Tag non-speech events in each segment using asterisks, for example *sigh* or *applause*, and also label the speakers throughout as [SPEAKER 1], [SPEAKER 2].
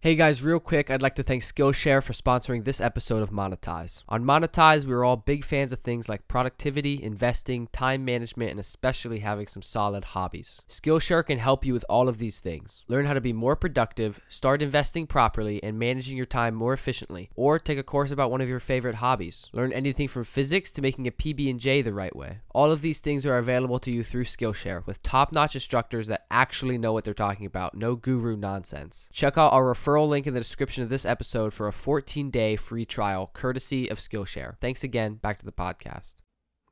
[SPEAKER 1] Hey guys, real quick, I'd like to thank Skillshare for sponsoring this episode of Monetize. On Monetize, we're all big fans of things like productivity, investing, time management, and especially having some solid hobbies. Skillshare can help you with all of these things. Learn how to be more productive, start investing properly, and managing your time more efficiently, or take a course about one of your favorite hobbies. Learn anything from physics to making a PB&J the right way. All of these things are available to you through Skillshare with top-notch instructors that actually know what they're talking about. No guru nonsense. Check out our referral link in the description of this episode for a 14-day free trial courtesy of Skillshare. Thanks again. Back to the podcast.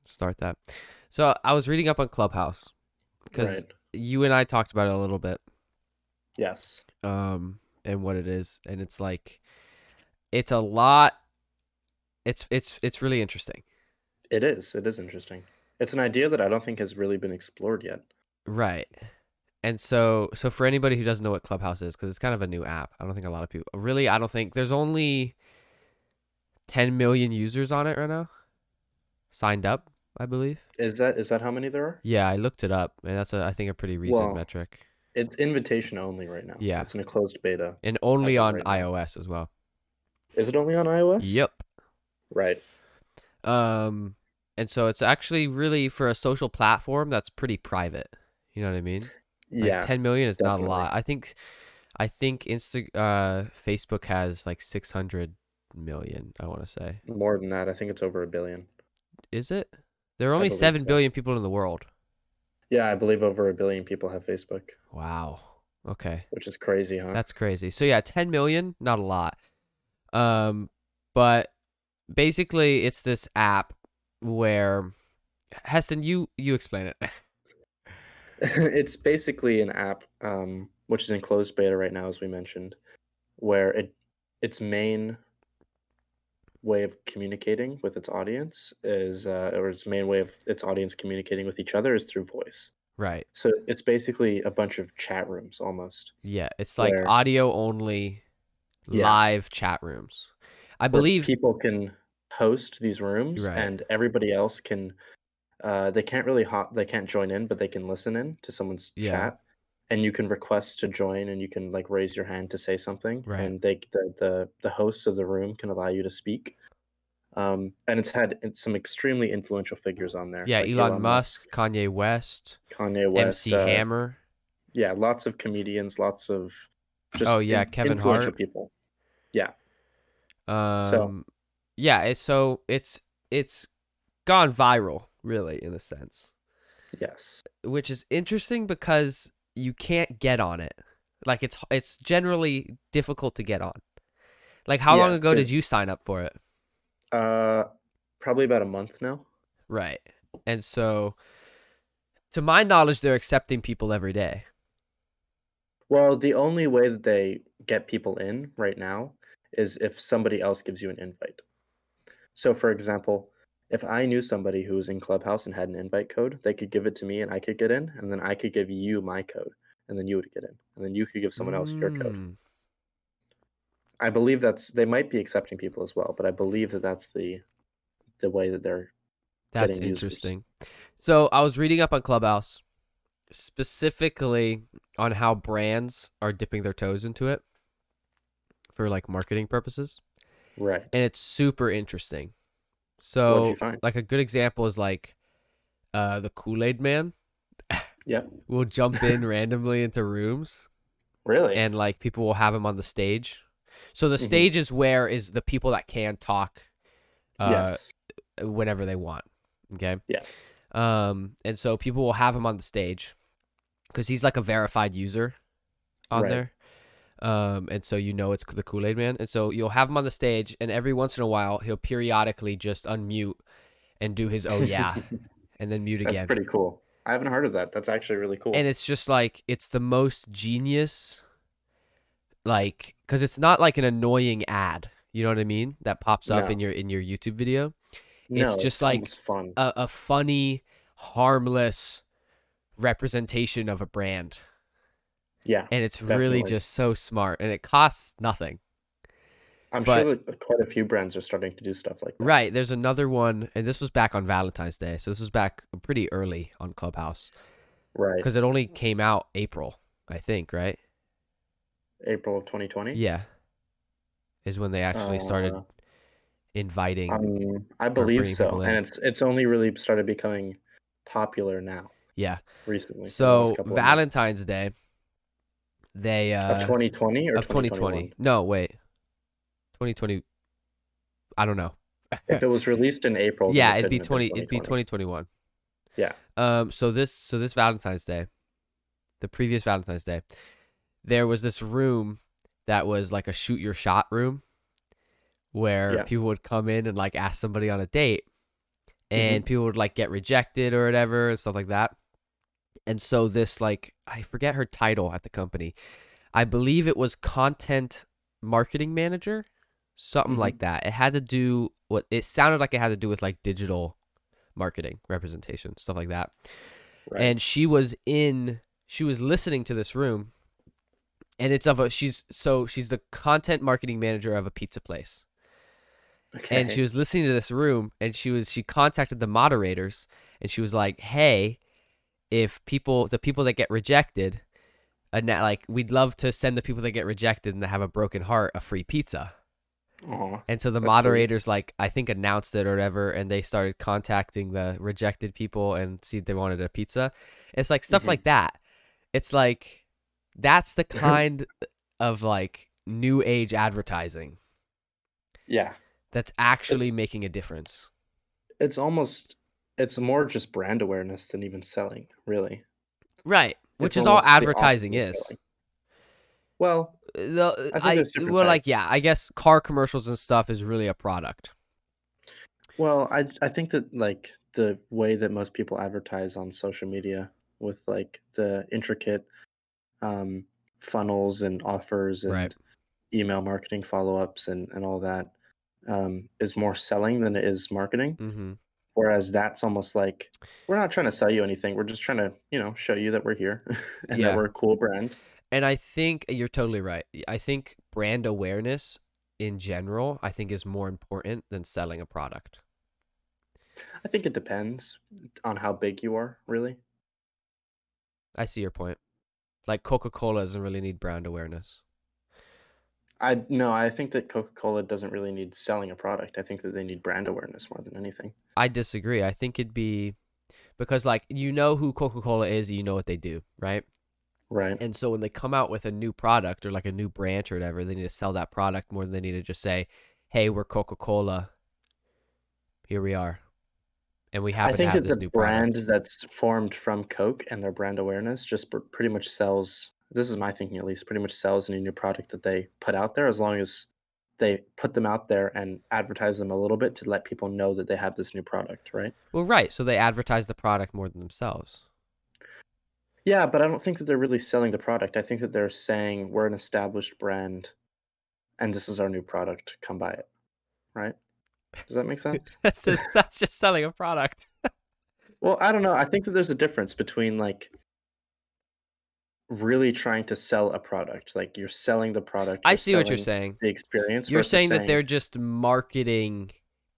[SPEAKER 1] Start that. So, I was reading up on Clubhouse cuz
[SPEAKER 2] Right.
[SPEAKER 1] you and I talked about it a little bit
[SPEAKER 2] Yes.
[SPEAKER 1] um and what it is and it's like it's a lot it's it's it's really interesting
[SPEAKER 2] It is. It is interesting. It's an idea that I don't think has really been explored yet.
[SPEAKER 1] right and so so for anybody who doesn't know what clubhouse is because it's kind of a new app i don't think a lot of people really i don't think there's only 10 million users on it right now signed up i believe
[SPEAKER 2] Is that is that how many there are?
[SPEAKER 1] yeah i looked it up and that's a, i think a pretty recent
[SPEAKER 2] Well,
[SPEAKER 1] metric
[SPEAKER 2] It's invitation only right now.
[SPEAKER 1] Yeah.
[SPEAKER 2] It's in a closed beta.
[SPEAKER 1] and only
[SPEAKER 2] of
[SPEAKER 1] on
[SPEAKER 2] right now.
[SPEAKER 1] ios as well
[SPEAKER 2] Is it only on iOS?
[SPEAKER 1] yep
[SPEAKER 2] Right.
[SPEAKER 1] Um, and so it's actually really for a social platform that's pretty private. You know what I mean? Like,
[SPEAKER 2] Yeah.
[SPEAKER 1] ten million is not a lot.
[SPEAKER 2] definitely.
[SPEAKER 1] I think, I think Insta, uh, Facebook has like six hundred million. I want to say,
[SPEAKER 2] More than that, I think it's over a billion.
[SPEAKER 1] is it? There are
[SPEAKER 2] I
[SPEAKER 1] only
[SPEAKER 2] believe
[SPEAKER 1] seven
[SPEAKER 2] so.
[SPEAKER 1] billion people in the world.
[SPEAKER 2] Yeah, I believe over a billion people have Facebook,
[SPEAKER 1] Wow. Okay.
[SPEAKER 2] which is crazy, huh?
[SPEAKER 1] That's crazy. So yeah, 10 million, not a lot. Um but basically it's this app where Heston, you you explain it. *laughs*
[SPEAKER 2] *laughs* it's basically an app um, which is in closed beta right now, as we mentioned, where it its main way of communicating with its audience is, uh, or its main way of its audience communicating with each other is through voice.
[SPEAKER 1] right.
[SPEAKER 2] So it's basically a bunch of chat rooms almost.
[SPEAKER 1] Yeah, it's like
[SPEAKER 2] where-
[SPEAKER 1] audio only
[SPEAKER 2] Yeah.
[SPEAKER 1] live chat rooms. I
[SPEAKER 2] where
[SPEAKER 1] believe
[SPEAKER 2] people can host these rooms,
[SPEAKER 1] Right.
[SPEAKER 2] and everybody else can. Uh, they can't really hop. They can't join in, but they can listen in to someone's
[SPEAKER 1] Yeah.
[SPEAKER 2] chat, and you can request to join, and you can like raise your hand to say something,
[SPEAKER 1] Right.
[SPEAKER 2] and they the, the the hosts of the room can allow you to speak. Um, and it's had in- some extremely influential figures on there.
[SPEAKER 1] yeah,
[SPEAKER 2] like
[SPEAKER 1] Elon, Musk, Kanye West,
[SPEAKER 2] Kanye West,
[SPEAKER 1] MC
[SPEAKER 2] uh,
[SPEAKER 1] Hammer.
[SPEAKER 2] yeah, lots of comedians, lots of just
[SPEAKER 1] Oh, yeah, Kevin
[SPEAKER 2] influential
[SPEAKER 1] Hart.
[SPEAKER 2] people.
[SPEAKER 1] Um
[SPEAKER 2] so-
[SPEAKER 1] yeah, it's so it's it's gone viral really in a sense.
[SPEAKER 2] Yes,
[SPEAKER 1] which is interesting because you can't get on it. Like it's it's generally difficult to get on. Like how long
[SPEAKER 2] Yes,
[SPEAKER 1] ago did
[SPEAKER 2] 'cause-
[SPEAKER 1] you sign up for it?
[SPEAKER 2] uh, probably about a month now.
[SPEAKER 1] Right. And so to my knowledge they're accepting people every day.
[SPEAKER 2] Well, the only way that they get people in right now is if somebody else gives you an invite. So, for example, if I knew somebody who was in Clubhouse and had an invite code, they could give it to me and I could get in, and then I could give you my code, and then you would get in, and then you could give someone else your code.
[SPEAKER 1] Mm,
[SPEAKER 2] I believe that's they might be accepting people as well, but I believe that that's the the way that they're
[SPEAKER 1] That's
[SPEAKER 2] getting users.
[SPEAKER 1] interesting. So I was reading up on Clubhouse specifically on how brands are dipping their toes into it for like marketing purposes.
[SPEAKER 2] right.
[SPEAKER 1] and it's super interesting.
[SPEAKER 2] What'd
[SPEAKER 1] So,
[SPEAKER 2] you find?
[SPEAKER 1] like a good example is like uh, the Kool Aid Man
[SPEAKER 2] Yep.
[SPEAKER 1] *laughs* will jump in randomly into rooms,
[SPEAKER 2] Really?
[SPEAKER 1] and like people will have him on the stage. So the
[SPEAKER 2] Mhm.
[SPEAKER 1] stage is where is the people that can talk uh,
[SPEAKER 2] yes.
[SPEAKER 1] whenever they want. Okay,
[SPEAKER 2] Yes.
[SPEAKER 1] um, and so people will have him on the stage because he's like a verified user on
[SPEAKER 2] Right.
[SPEAKER 1] there. Um, and so you know it's the Kool Aid Man. And so you'll have him on the stage, and every once in a while, he'll periodically just unmute and do his oh yeah, and then mute
[SPEAKER 2] *laughs* that's
[SPEAKER 1] again.
[SPEAKER 2] pretty cool. I haven't heard of that. That's actually really cool.
[SPEAKER 1] And it's just like, it's the most genius, like, because it's not like an annoying ad. You know what I mean? That pops up
[SPEAKER 2] No.
[SPEAKER 1] in your in your YouTube video. it's just like-
[SPEAKER 2] almost fun.
[SPEAKER 1] A, a funny, harmless representation of a brand,
[SPEAKER 2] yeah,
[SPEAKER 1] and it's really
[SPEAKER 2] Definitely.
[SPEAKER 1] just so smart, and it costs nothing.
[SPEAKER 2] I'm
[SPEAKER 1] but-
[SPEAKER 2] sure that quite a few brands are starting to do stuff like that.
[SPEAKER 1] Right. There's another one, and this was back on Valentine's Day, so this was back pretty early on Clubhouse
[SPEAKER 2] Right.
[SPEAKER 1] because it only came out April, I think. Right.
[SPEAKER 2] April of 2020.
[SPEAKER 1] Yeah. Is when they actually started
[SPEAKER 2] Uh,
[SPEAKER 1] inviting.
[SPEAKER 2] Um, I
[SPEAKER 1] bringing
[SPEAKER 2] believe
[SPEAKER 1] people
[SPEAKER 2] so,
[SPEAKER 1] in.
[SPEAKER 2] and it's it's only really started becoming popular now
[SPEAKER 1] yeah.
[SPEAKER 2] recently. in the
[SPEAKER 1] So
[SPEAKER 2] last couple of months.
[SPEAKER 1] Valentine's Day, they uh
[SPEAKER 2] of 2020 or
[SPEAKER 1] of 2020.
[SPEAKER 2] 2020.
[SPEAKER 1] No, wait. 2020 I don't know.
[SPEAKER 2] If it was released in April, then
[SPEAKER 1] yeah,
[SPEAKER 2] it
[SPEAKER 1] it'd be
[SPEAKER 2] couldn't
[SPEAKER 1] 20
[SPEAKER 2] have been
[SPEAKER 1] it'd be 2021.
[SPEAKER 2] Yeah.
[SPEAKER 1] Um so this so this Valentine's Day, the previous Valentine's Day, there was this room that was like a shoot your shot room where
[SPEAKER 2] Yeah.
[SPEAKER 1] people would come in and like ask somebody on a date and
[SPEAKER 2] Mm-hmm.
[SPEAKER 1] people would like get rejected or whatever and stuff like that. And so this like I forget her title at the company. I believe it was content marketing manager, something
[SPEAKER 2] Mhm.
[SPEAKER 1] like that. It had to do what it sounded like it had to do with like digital marketing, representation, stuff like that.
[SPEAKER 2] Right.
[SPEAKER 1] And she was in she was listening to this room and it's of a she's so she's the content marketing manager of a pizza place
[SPEAKER 2] Okay.
[SPEAKER 1] and she was listening to this room and she was she contacted the moderators and she was like hey if people the people that get rejected and that like we'd love to send the people that get rejected and that have a broken heart a free pizza
[SPEAKER 2] Aw,
[SPEAKER 1] and so the
[SPEAKER 2] That's sweet.
[SPEAKER 1] moderators like i think announced it or whatever and they started contacting the rejected people and see if they wanted a pizza it's like stuff
[SPEAKER 2] Mhm.
[SPEAKER 1] like that it's like that's the kind of like new age advertising
[SPEAKER 2] yeah,
[SPEAKER 1] that's actually making a difference
[SPEAKER 2] it's almost it's more just brand awareness than even selling, really.
[SPEAKER 1] Right, which
[SPEAKER 2] It's
[SPEAKER 1] is all
[SPEAKER 2] almost the
[SPEAKER 1] advertising
[SPEAKER 2] opposite of
[SPEAKER 1] is.
[SPEAKER 2] selling. Well,
[SPEAKER 1] The, uh,
[SPEAKER 2] I think
[SPEAKER 1] I,
[SPEAKER 2] there's different
[SPEAKER 1] well, like
[SPEAKER 2] types.
[SPEAKER 1] yeah, I guess car commercials and stuff is really a product.
[SPEAKER 2] well, I I think that like the way that most people advertise on social media with like the intricate um funnels and offers and
[SPEAKER 1] Right.
[SPEAKER 2] email marketing follow-ups and and all that um is more selling than it is marketing.
[SPEAKER 1] Mm-hmm.
[SPEAKER 2] Whereas that's almost like we're not trying to sell you anything. We're just trying to, you know, show you that we're here *laughs* and
[SPEAKER 1] Yeah.
[SPEAKER 2] that we're a cool brand.
[SPEAKER 1] And I think uh, you're totally right. I think brand awareness in general, I think, is more important than selling a product.
[SPEAKER 2] I think it depends on how big you are, really.
[SPEAKER 1] I see your point. Like Coca Cola doesn't really need brand awareness.
[SPEAKER 2] I no, I think that Coca-Cola doesn't really need selling a product. I think that they need brand awareness more than anything.
[SPEAKER 1] I disagree. I think it'd be because like you know who Coca Cola is, you know what they do, right?
[SPEAKER 2] Right.
[SPEAKER 1] And so when they come out with a new product or like a new branch or whatever, they need to sell that product more than they need to just say, "Hey, we're Coca Cola. Here we are, and we
[SPEAKER 2] I
[SPEAKER 1] happen to
[SPEAKER 2] think
[SPEAKER 1] have
[SPEAKER 2] that
[SPEAKER 1] this
[SPEAKER 2] the
[SPEAKER 1] new
[SPEAKER 2] brand
[SPEAKER 1] product."
[SPEAKER 2] that's formed from Coke and their brand awareness just pr- pretty much sells this is my thinking at least, pretty much sells any new product that they put out there as long as they put them out there and advertise them a little bit to let people know that they have this new product, right?
[SPEAKER 1] Well, right. So they advertise the product more than themselves. *laughs*
[SPEAKER 2] Yeah, but I don't think that they're really selling the product. I think that they're saying we're an established brand and this is our new product. Come buy it. Right? Does
[SPEAKER 1] *laughs*
[SPEAKER 2] that make sense?
[SPEAKER 1] that's just, that's just selling a product.
[SPEAKER 2] well, I don't know. I think that there's a difference between like really trying to sell a product. Like you're selling the product.
[SPEAKER 1] I see what you're
[SPEAKER 2] selling
[SPEAKER 1] saying.
[SPEAKER 2] The experience.
[SPEAKER 1] You're
[SPEAKER 2] versus
[SPEAKER 1] saying, that they're just marketing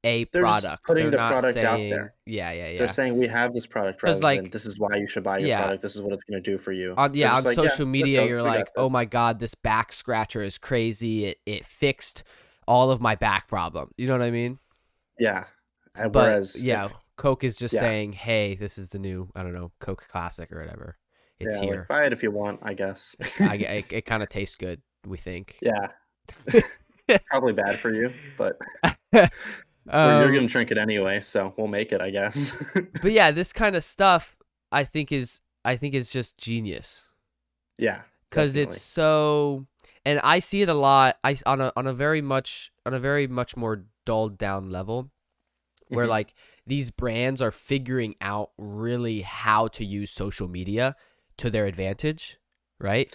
[SPEAKER 1] a
[SPEAKER 2] They're just
[SPEAKER 1] product.
[SPEAKER 2] putting
[SPEAKER 1] they're
[SPEAKER 2] the
[SPEAKER 1] not
[SPEAKER 2] product
[SPEAKER 1] saying,
[SPEAKER 2] out there.
[SPEAKER 1] Yeah, yeah,
[SPEAKER 2] they're
[SPEAKER 1] yeah.
[SPEAKER 2] saying we have this product
[SPEAKER 1] 'Cause,
[SPEAKER 2] rather like,
[SPEAKER 1] like,
[SPEAKER 2] than this is why you should buy your
[SPEAKER 1] yeah.
[SPEAKER 2] product. This is what it's going to do for you.
[SPEAKER 1] on
[SPEAKER 2] They're
[SPEAKER 1] yeah on
[SPEAKER 2] just like,
[SPEAKER 1] social
[SPEAKER 2] let's
[SPEAKER 1] media
[SPEAKER 2] go,
[SPEAKER 1] you're
[SPEAKER 2] we got
[SPEAKER 1] like
[SPEAKER 2] this."
[SPEAKER 1] oh my god this back scratcher is crazy it, it fixed all of my back problem you know what i mean
[SPEAKER 2] yeah. And
[SPEAKER 1] but
[SPEAKER 2] Whereas
[SPEAKER 1] yeah
[SPEAKER 2] if-
[SPEAKER 1] coke is just
[SPEAKER 2] yeah.
[SPEAKER 1] saying hey this is the new i don't know coke classic or whatever it's
[SPEAKER 2] yeah, like,
[SPEAKER 1] here
[SPEAKER 2] buy it if you want, I guess.
[SPEAKER 1] *laughs* I, I- it kind of tastes good we think *laughs*
[SPEAKER 2] yeah. Probably bad for you, but well, you're
[SPEAKER 1] Um, Mm-hmm.
[SPEAKER 2] going to drink it anyway, so we'll make it, I guess.
[SPEAKER 1] but yeah this kind of stuff i think is i think is just genius
[SPEAKER 2] *laughs* yeah.
[SPEAKER 1] because
[SPEAKER 2] definitely.
[SPEAKER 1] it's so and i see it a lot i s- on a, on a very much on a very much more dulled down level where
[SPEAKER 2] Mhm.
[SPEAKER 1] like these brands are figuring out really how to use social media to their advantage right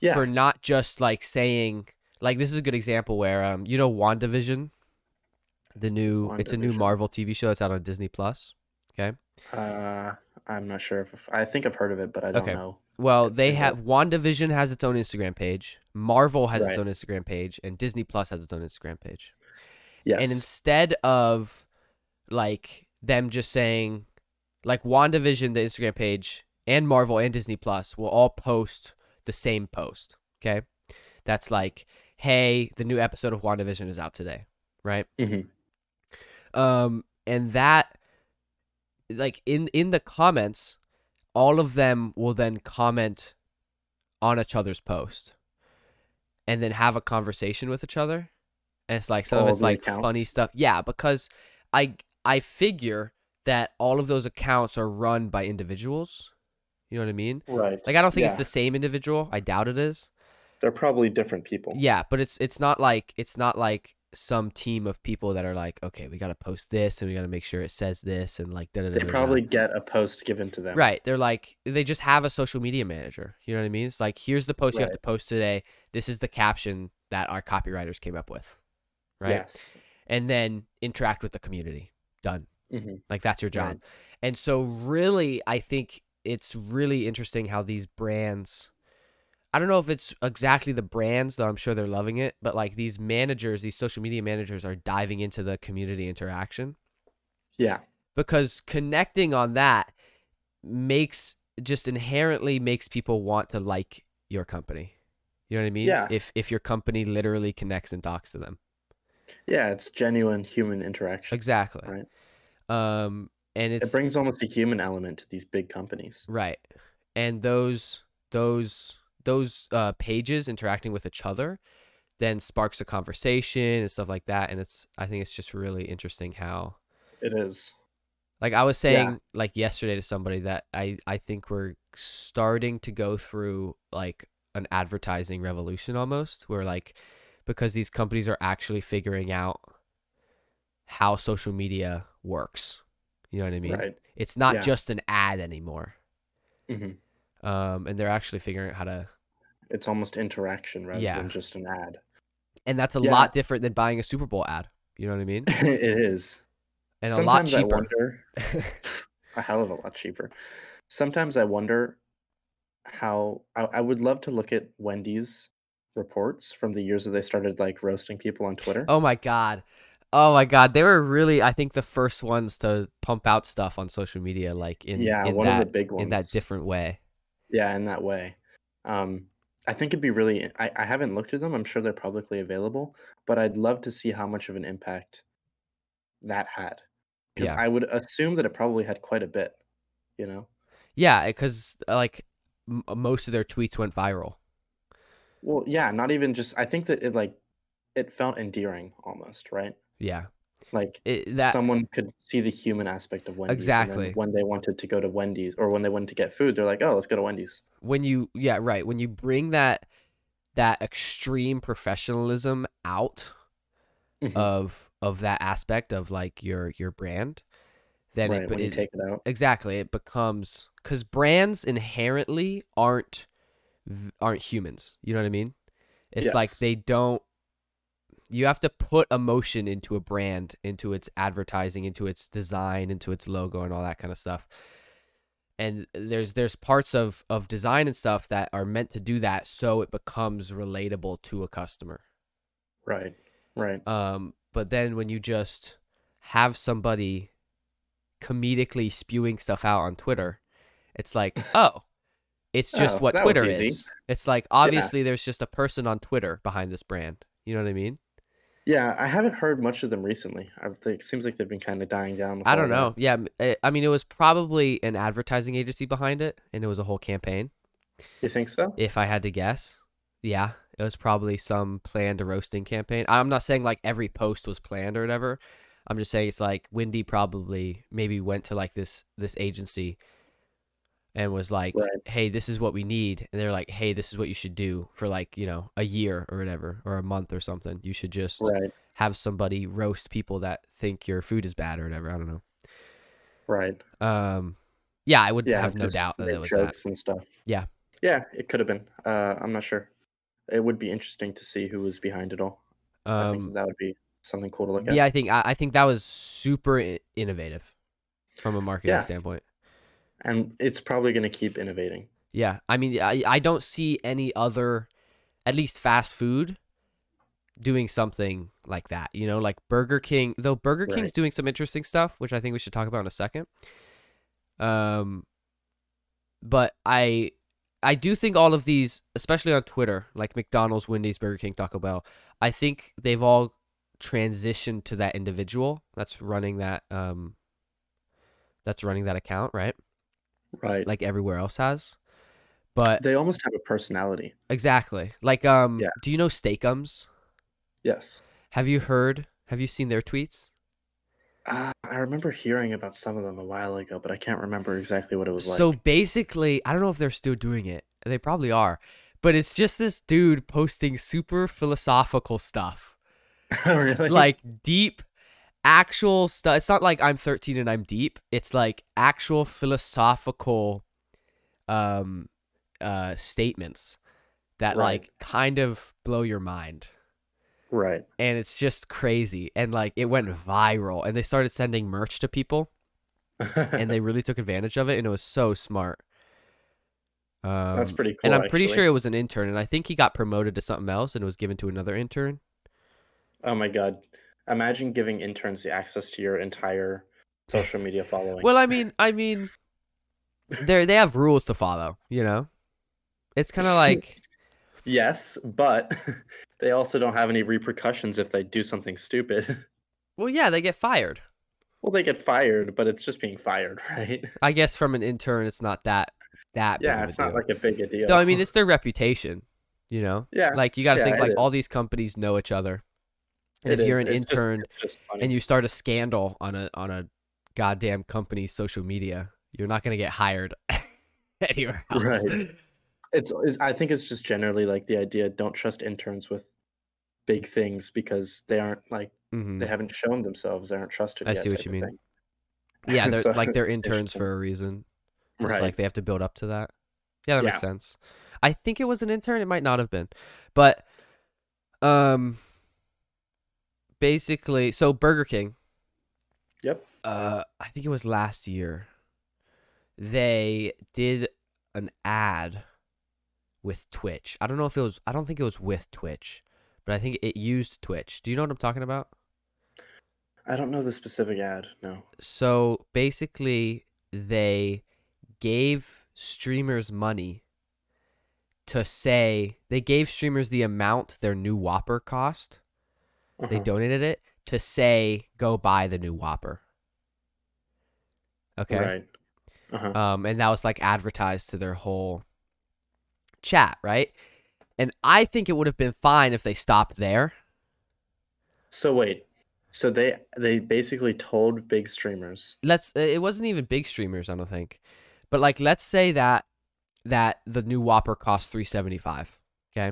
[SPEAKER 2] yeah.
[SPEAKER 1] for not just like saying like this is a good example where um you know wandavision the new it's a new
[SPEAKER 2] WandaVision.
[SPEAKER 1] marvel tv show that's out on disney plus
[SPEAKER 2] Uh, I'm not sure if I think I've heard of it, but I don't
[SPEAKER 1] Okay.
[SPEAKER 2] know.
[SPEAKER 1] Well,
[SPEAKER 2] That's
[SPEAKER 1] they
[SPEAKER 2] pretty
[SPEAKER 1] have WandaVision has its own Instagram page, Marvel has its
[SPEAKER 2] Right.
[SPEAKER 1] own Instagram page, and Disney Plus has its own Instagram page.
[SPEAKER 2] Yes.
[SPEAKER 1] And instead of like them just saying like WandaVision, the Instagram page, and Marvel and Disney Plus will all post the same post. Okay. that's like, hey, the new episode of WandaVision is out today, right?
[SPEAKER 2] Mhm. Mm-hmm.
[SPEAKER 1] Um, and that, like in in the comments, all of them will then comment on each other's post, and then have a conversation with each other. And it's like some
[SPEAKER 2] All
[SPEAKER 1] of it's
[SPEAKER 2] the
[SPEAKER 1] like funny
[SPEAKER 2] accounts?
[SPEAKER 1] stuff, yeah, because I I figure that all of those accounts are run by individuals. You know what I mean?
[SPEAKER 2] Right.
[SPEAKER 1] Like I don't think it's
[SPEAKER 2] Yeah.
[SPEAKER 1] the same individual. I doubt it is.
[SPEAKER 2] They're probably different people.
[SPEAKER 1] Yeah, but it's it's not like it's not like some team of people that are like, okay, we gotta post this and we gotta make sure it says this and like da da da.
[SPEAKER 2] They
[SPEAKER 1] da, da."
[SPEAKER 2] probably get a post given to them.
[SPEAKER 1] right. They're like they just have a social media manager. You know what I mean? It's like here's the post you have
[SPEAKER 2] Right.
[SPEAKER 1] to post today. This is the caption that our copywriters came up with, right?
[SPEAKER 2] Yes.
[SPEAKER 1] And then interact with the community. Done.
[SPEAKER 2] hmm
[SPEAKER 1] Like that's your job.
[SPEAKER 2] Right.
[SPEAKER 1] And so really I think it's really interesting how these brands I don't know if it's exactly the brands, though I'm sure they're loving it, but like these managers, these social media managers are diving into the community interaction
[SPEAKER 2] Yeah.
[SPEAKER 1] because connecting on that makes just inherently makes people want to like your company. You know what I mean?
[SPEAKER 2] Yeah.
[SPEAKER 1] If if your company literally connects and talks to them.
[SPEAKER 2] Yeah. It's genuine human interaction.
[SPEAKER 1] Exactly. Right. Um and it's
[SPEAKER 2] It brings almost a human element to these big companies.
[SPEAKER 1] Right. And those those those uh, pages interacting with each other then sparks a conversation and stuff like that. And it's I think it's just really interesting how
[SPEAKER 2] It is.
[SPEAKER 1] like I was
[SPEAKER 2] Yeah.
[SPEAKER 1] saying like yesterday to somebody that I I think we're starting to go through like an advertising revolution almost where like because these companies are actually figuring out how social media works. You know what I mean?
[SPEAKER 2] Right.
[SPEAKER 1] It's not
[SPEAKER 2] Yeah.
[SPEAKER 1] just an ad anymore
[SPEAKER 2] hmm
[SPEAKER 1] um, and they're actually figuring out how to
[SPEAKER 2] It's almost interaction rather
[SPEAKER 1] Yeah.
[SPEAKER 2] than just an ad. *laughs*
[SPEAKER 1] and that's a
[SPEAKER 2] Yeah.
[SPEAKER 1] lot different than buying a super bowl ad you know what i mean
[SPEAKER 2] it is.
[SPEAKER 1] and
[SPEAKER 2] Sometimes
[SPEAKER 1] a
[SPEAKER 2] I
[SPEAKER 1] lot cheaper
[SPEAKER 2] wonder
[SPEAKER 1] *laughs*
[SPEAKER 2] a hell of a lot cheaper. Sometimes I wonder how I, I would love to look at Wendy's reports from the years that they started like roasting people on Twitter.
[SPEAKER 1] oh my god oh my god they were really i think the first ones to pump out stuff on social media like in,
[SPEAKER 2] yeah,
[SPEAKER 1] in
[SPEAKER 2] one
[SPEAKER 1] that
[SPEAKER 2] of the big ones.
[SPEAKER 1] in that different way
[SPEAKER 2] yeah, in that way. Um, I think it'd be really. I, I haven't looked at them. I'm sure they're publicly available, but I'd love to see how much of an impact that had. Because
[SPEAKER 1] Yeah.
[SPEAKER 2] I would assume that it probably had quite a bit. You know.
[SPEAKER 1] yeah because like m- uh, most of their tweets went viral
[SPEAKER 2] Well, yeah, not even just. I think that it like it felt endearing almost, right?
[SPEAKER 1] yeah
[SPEAKER 2] Like
[SPEAKER 1] it, that
[SPEAKER 2] someone could see the human aspect of Wendy's. and then
[SPEAKER 1] Exactly.
[SPEAKER 2] when they wanted to go to Wendy's or when they wanted to get food, they're like, "Oh, let's go to Wendy's."
[SPEAKER 1] when you yeah right when you bring that that extreme professionalism out
[SPEAKER 2] Mhm.
[SPEAKER 1] of of that aspect of like your your brand then
[SPEAKER 2] right
[SPEAKER 1] it,
[SPEAKER 2] when you
[SPEAKER 1] it-
[SPEAKER 2] take it out.
[SPEAKER 1] exactly it becomes because brands inherently aren't v- aren't humans you know what i mean it's like
[SPEAKER 2] Yes.
[SPEAKER 1] they don't you have to put emotion into a brand into its advertising into its design into its logo and all that kind of stuff and there's there's parts of of design and stuff that are meant to do that so it becomes relatable to a customer
[SPEAKER 2] Right. Right.
[SPEAKER 1] um, but then when you just have somebody comedically spewing stuff out on Twitter, it's
[SPEAKER 2] *laughs*
[SPEAKER 1] like, oh, it's just
[SPEAKER 2] Oh,
[SPEAKER 1] what
[SPEAKER 2] that was
[SPEAKER 1] Twitter
[SPEAKER 2] easy.
[SPEAKER 1] is. It's like obviously there's just a person on Twitter behind this brand. You know what I mean?
[SPEAKER 2] Yeah, I haven't heard much of them recently. I think it seems like they've been kind of dying down. with
[SPEAKER 1] I
[SPEAKER 2] all
[SPEAKER 1] don't
[SPEAKER 2] that.
[SPEAKER 1] know. Yeah, m- eh, I- I mean it was probably an advertising agency behind it, and it was a whole campaign.
[SPEAKER 2] You think so?
[SPEAKER 1] If I had to guess, yeah, it was probably some planned roasting campaign. I'm not saying like every post was planned or whatever. I'm just saying it's like Wendy probably maybe went to like this this agency and was like,
[SPEAKER 2] Right.
[SPEAKER 1] "Hey, this is what we need," and they're like, "Hey, this is what you should do for like you know a year or whatever or a month or something. You should just
[SPEAKER 2] Right.
[SPEAKER 1] have somebody roast people that think your food is bad or whatever. I don't know.
[SPEAKER 2] Right.
[SPEAKER 1] Um, yeah, I would
[SPEAKER 2] Yeah.
[SPEAKER 1] have no
[SPEAKER 2] just
[SPEAKER 1] doubt that
[SPEAKER 2] made
[SPEAKER 1] it was that.
[SPEAKER 2] jokes and stuff.
[SPEAKER 1] Yeah.
[SPEAKER 2] Yeah, it could have been. Uh, I'm not sure. It would be interesting to see who was behind it all. I think
[SPEAKER 1] Um,
[SPEAKER 2] that, that would be something cool to look at.
[SPEAKER 1] yeah, I think I, I think that was super i- innovative from a marketing
[SPEAKER 2] Yeah.
[SPEAKER 1] standpoint.
[SPEAKER 2] And it's probably going to keep innovating.
[SPEAKER 1] Yeah, I mean, I I don't see any other, at least fast food, doing something like that. You know, like Burger King. Though Burger
[SPEAKER 2] Right.
[SPEAKER 1] King's doing some interesting stuff, which I think we should talk about in a second. Um, but I I do think all of these, especially on Twitter, like McDonald's, Wendy's, Burger King, Taco Bell, I think they've all transitioned to that individual that's running that um that's running that account, right?
[SPEAKER 2] Right.
[SPEAKER 1] Like uh, everywhere else has. But
[SPEAKER 2] they almost have a personality.
[SPEAKER 1] exactly. Like um
[SPEAKER 2] Yeah.
[SPEAKER 1] do you know Steakums?
[SPEAKER 2] Yes.
[SPEAKER 1] Have you heard have you seen their tweets?
[SPEAKER 2] Uh, I remember hearing about some of them a while ago, but I can't remember exactly what it was like.
[SPEAKER 1] So basically, I don't know if they're still doing it. They probably are. But it's just this dude posting super philosophical
[SPEAKER 2] *laughs*
[SPEAKER 1] stuff.
[SPEAKER 2] really?
[SPEAKER 1] like deep actual stuff it's not like i'm 13 and i'm deep it's like actual philosophical um uh statements that
[SPEAKER 2] Right.
[SPEAKER 1] like kind of blow your mind
[SPEAKER 2] right.
[SPEAKER 1] and it's just crazy and like it went viral and they started sending merch to people and they really took advantage of it and it was so smart um,
[SPEAKER 2] *laughs* That's pretty cool.
[SPEAKER 1] and i'm pretty
[SPEAKER 2] actually.
[SPEAKER 1] sure it was an intern and i think he got promoted to something else and was given to another intern
[SPEAKER 2] Oh my god. Imagine giving interns the access to your entire social media following.
[SPEAKER 1] Well, I mean, I
[SPEAKER 2] *laughs*
[SPEAKER 1] mean, they they have rules to follow. You know, it's kind of like
[SPEAKER 2] *laughs* yes, but *laughs* they also don't have any repercussions if they do something stupid. *laughs*
[SPEAKER 1] well, yeah, they get fired.
[SPEAKER 2] Well, they get fired, but it's just being fired, *laughs* right?
[SPEAKER 1] I guess from an intern, it's not that that. big
[SPEAKER 2] Yeah,
[SPEAKER 1] of
[SPEAKER 2] it's
[SPEAKER 1] a
[SPEAKER 2] not
[SPEAKER 1] deal.
[SPEAKER 2] like a big a deal.
[SPEAKER 1] no. I
[SPEAKER 2] *laughs*
[SPEAKER 1] mean, it's their reputation. You know,
[SPEAKER 2] yeah,
[SPEAKER 1] like you got to
[SPEAKER 2] Yeah,
[SPEAKER 1] think
[SPEAKER 2] it
[SPEAKER 1] like
[SPEAKER 2] is.
[SPEAKER 1] all these companies know each other, and
[SPEAKER 2] it
[SPEAKER 1] if you're
[SPEAKER 2] is.
[SPEAKER 1] an
[SPEAKER 2] It's just-
[SPEAKER 1] intern
[SPEAKER 2] it's just funny.
[SPEAKER 1] and you start a scandal on a on a goddamn company's social media, you're not gonna get hired *laughs* anywhere else.
[SPEAKER 2] Right. it's, it's i think it's just generally like the idea don't trust interns with big things because they aren't like
[SPEAKER 1] Mhm.
[SPEAKER 2] they haven't shown themselves they aren't trusted
[SPEAKER 1] I
[SPEAKER 2] yet
[SPEAKER 1] see what
[SPEAKER 2] type
[SPEAKER 1] you
[SPEAKER 2] of
[SPEAKER 1] mean.
[SPEAKER 2] thing. *laughs*
[SPEAKER 1] Yeah, they're
[SPEAKER 2] So
[SPEAKER 1] like they're
[SPEAKER 2] it's
[SPEAKER 1] interns
[SPEAKER 2] interesting.
[SPEAKER 1] for a reason. It's
[SPEAKER 2] right
[SPEAKER 1] like they have to build up to that. Yeah, that makes
[SPEAKER 2] Yeah.
[SPEAKER 1] sense. I think it was an intern. It might not have been, but um, basically, so Burger King.
[SPEAKER 2] Yep.
[SPEAKER 1] Uh, I think it was last year. They did an ad with Twitch. I don't know if it was. I don't think it was with Twitch, but I think it used Twitch. Do you know what I'm talking about?
[SPEAKER 2] i don't know the specific ad no
[SPEAKER 1] so basically they gave streamers money to say they gave streamers the amount their new whopper cost they
[SPEAKER 2] Uh-huh.
[SPEAKER 1] donated it to say go buy the new whopper okay
[SPEAKER 2] right uh-huh.
[SPEAKER 1] um, and that was like advertised to their whole chat right and i think it would have been fine if they stopped there
[SPEAKER 2] so wait so they they basically told big streamers
[SPEAKER 1] let's uh, it wasn't even big streamers i don't think but like let's say that that the new whopper costs 375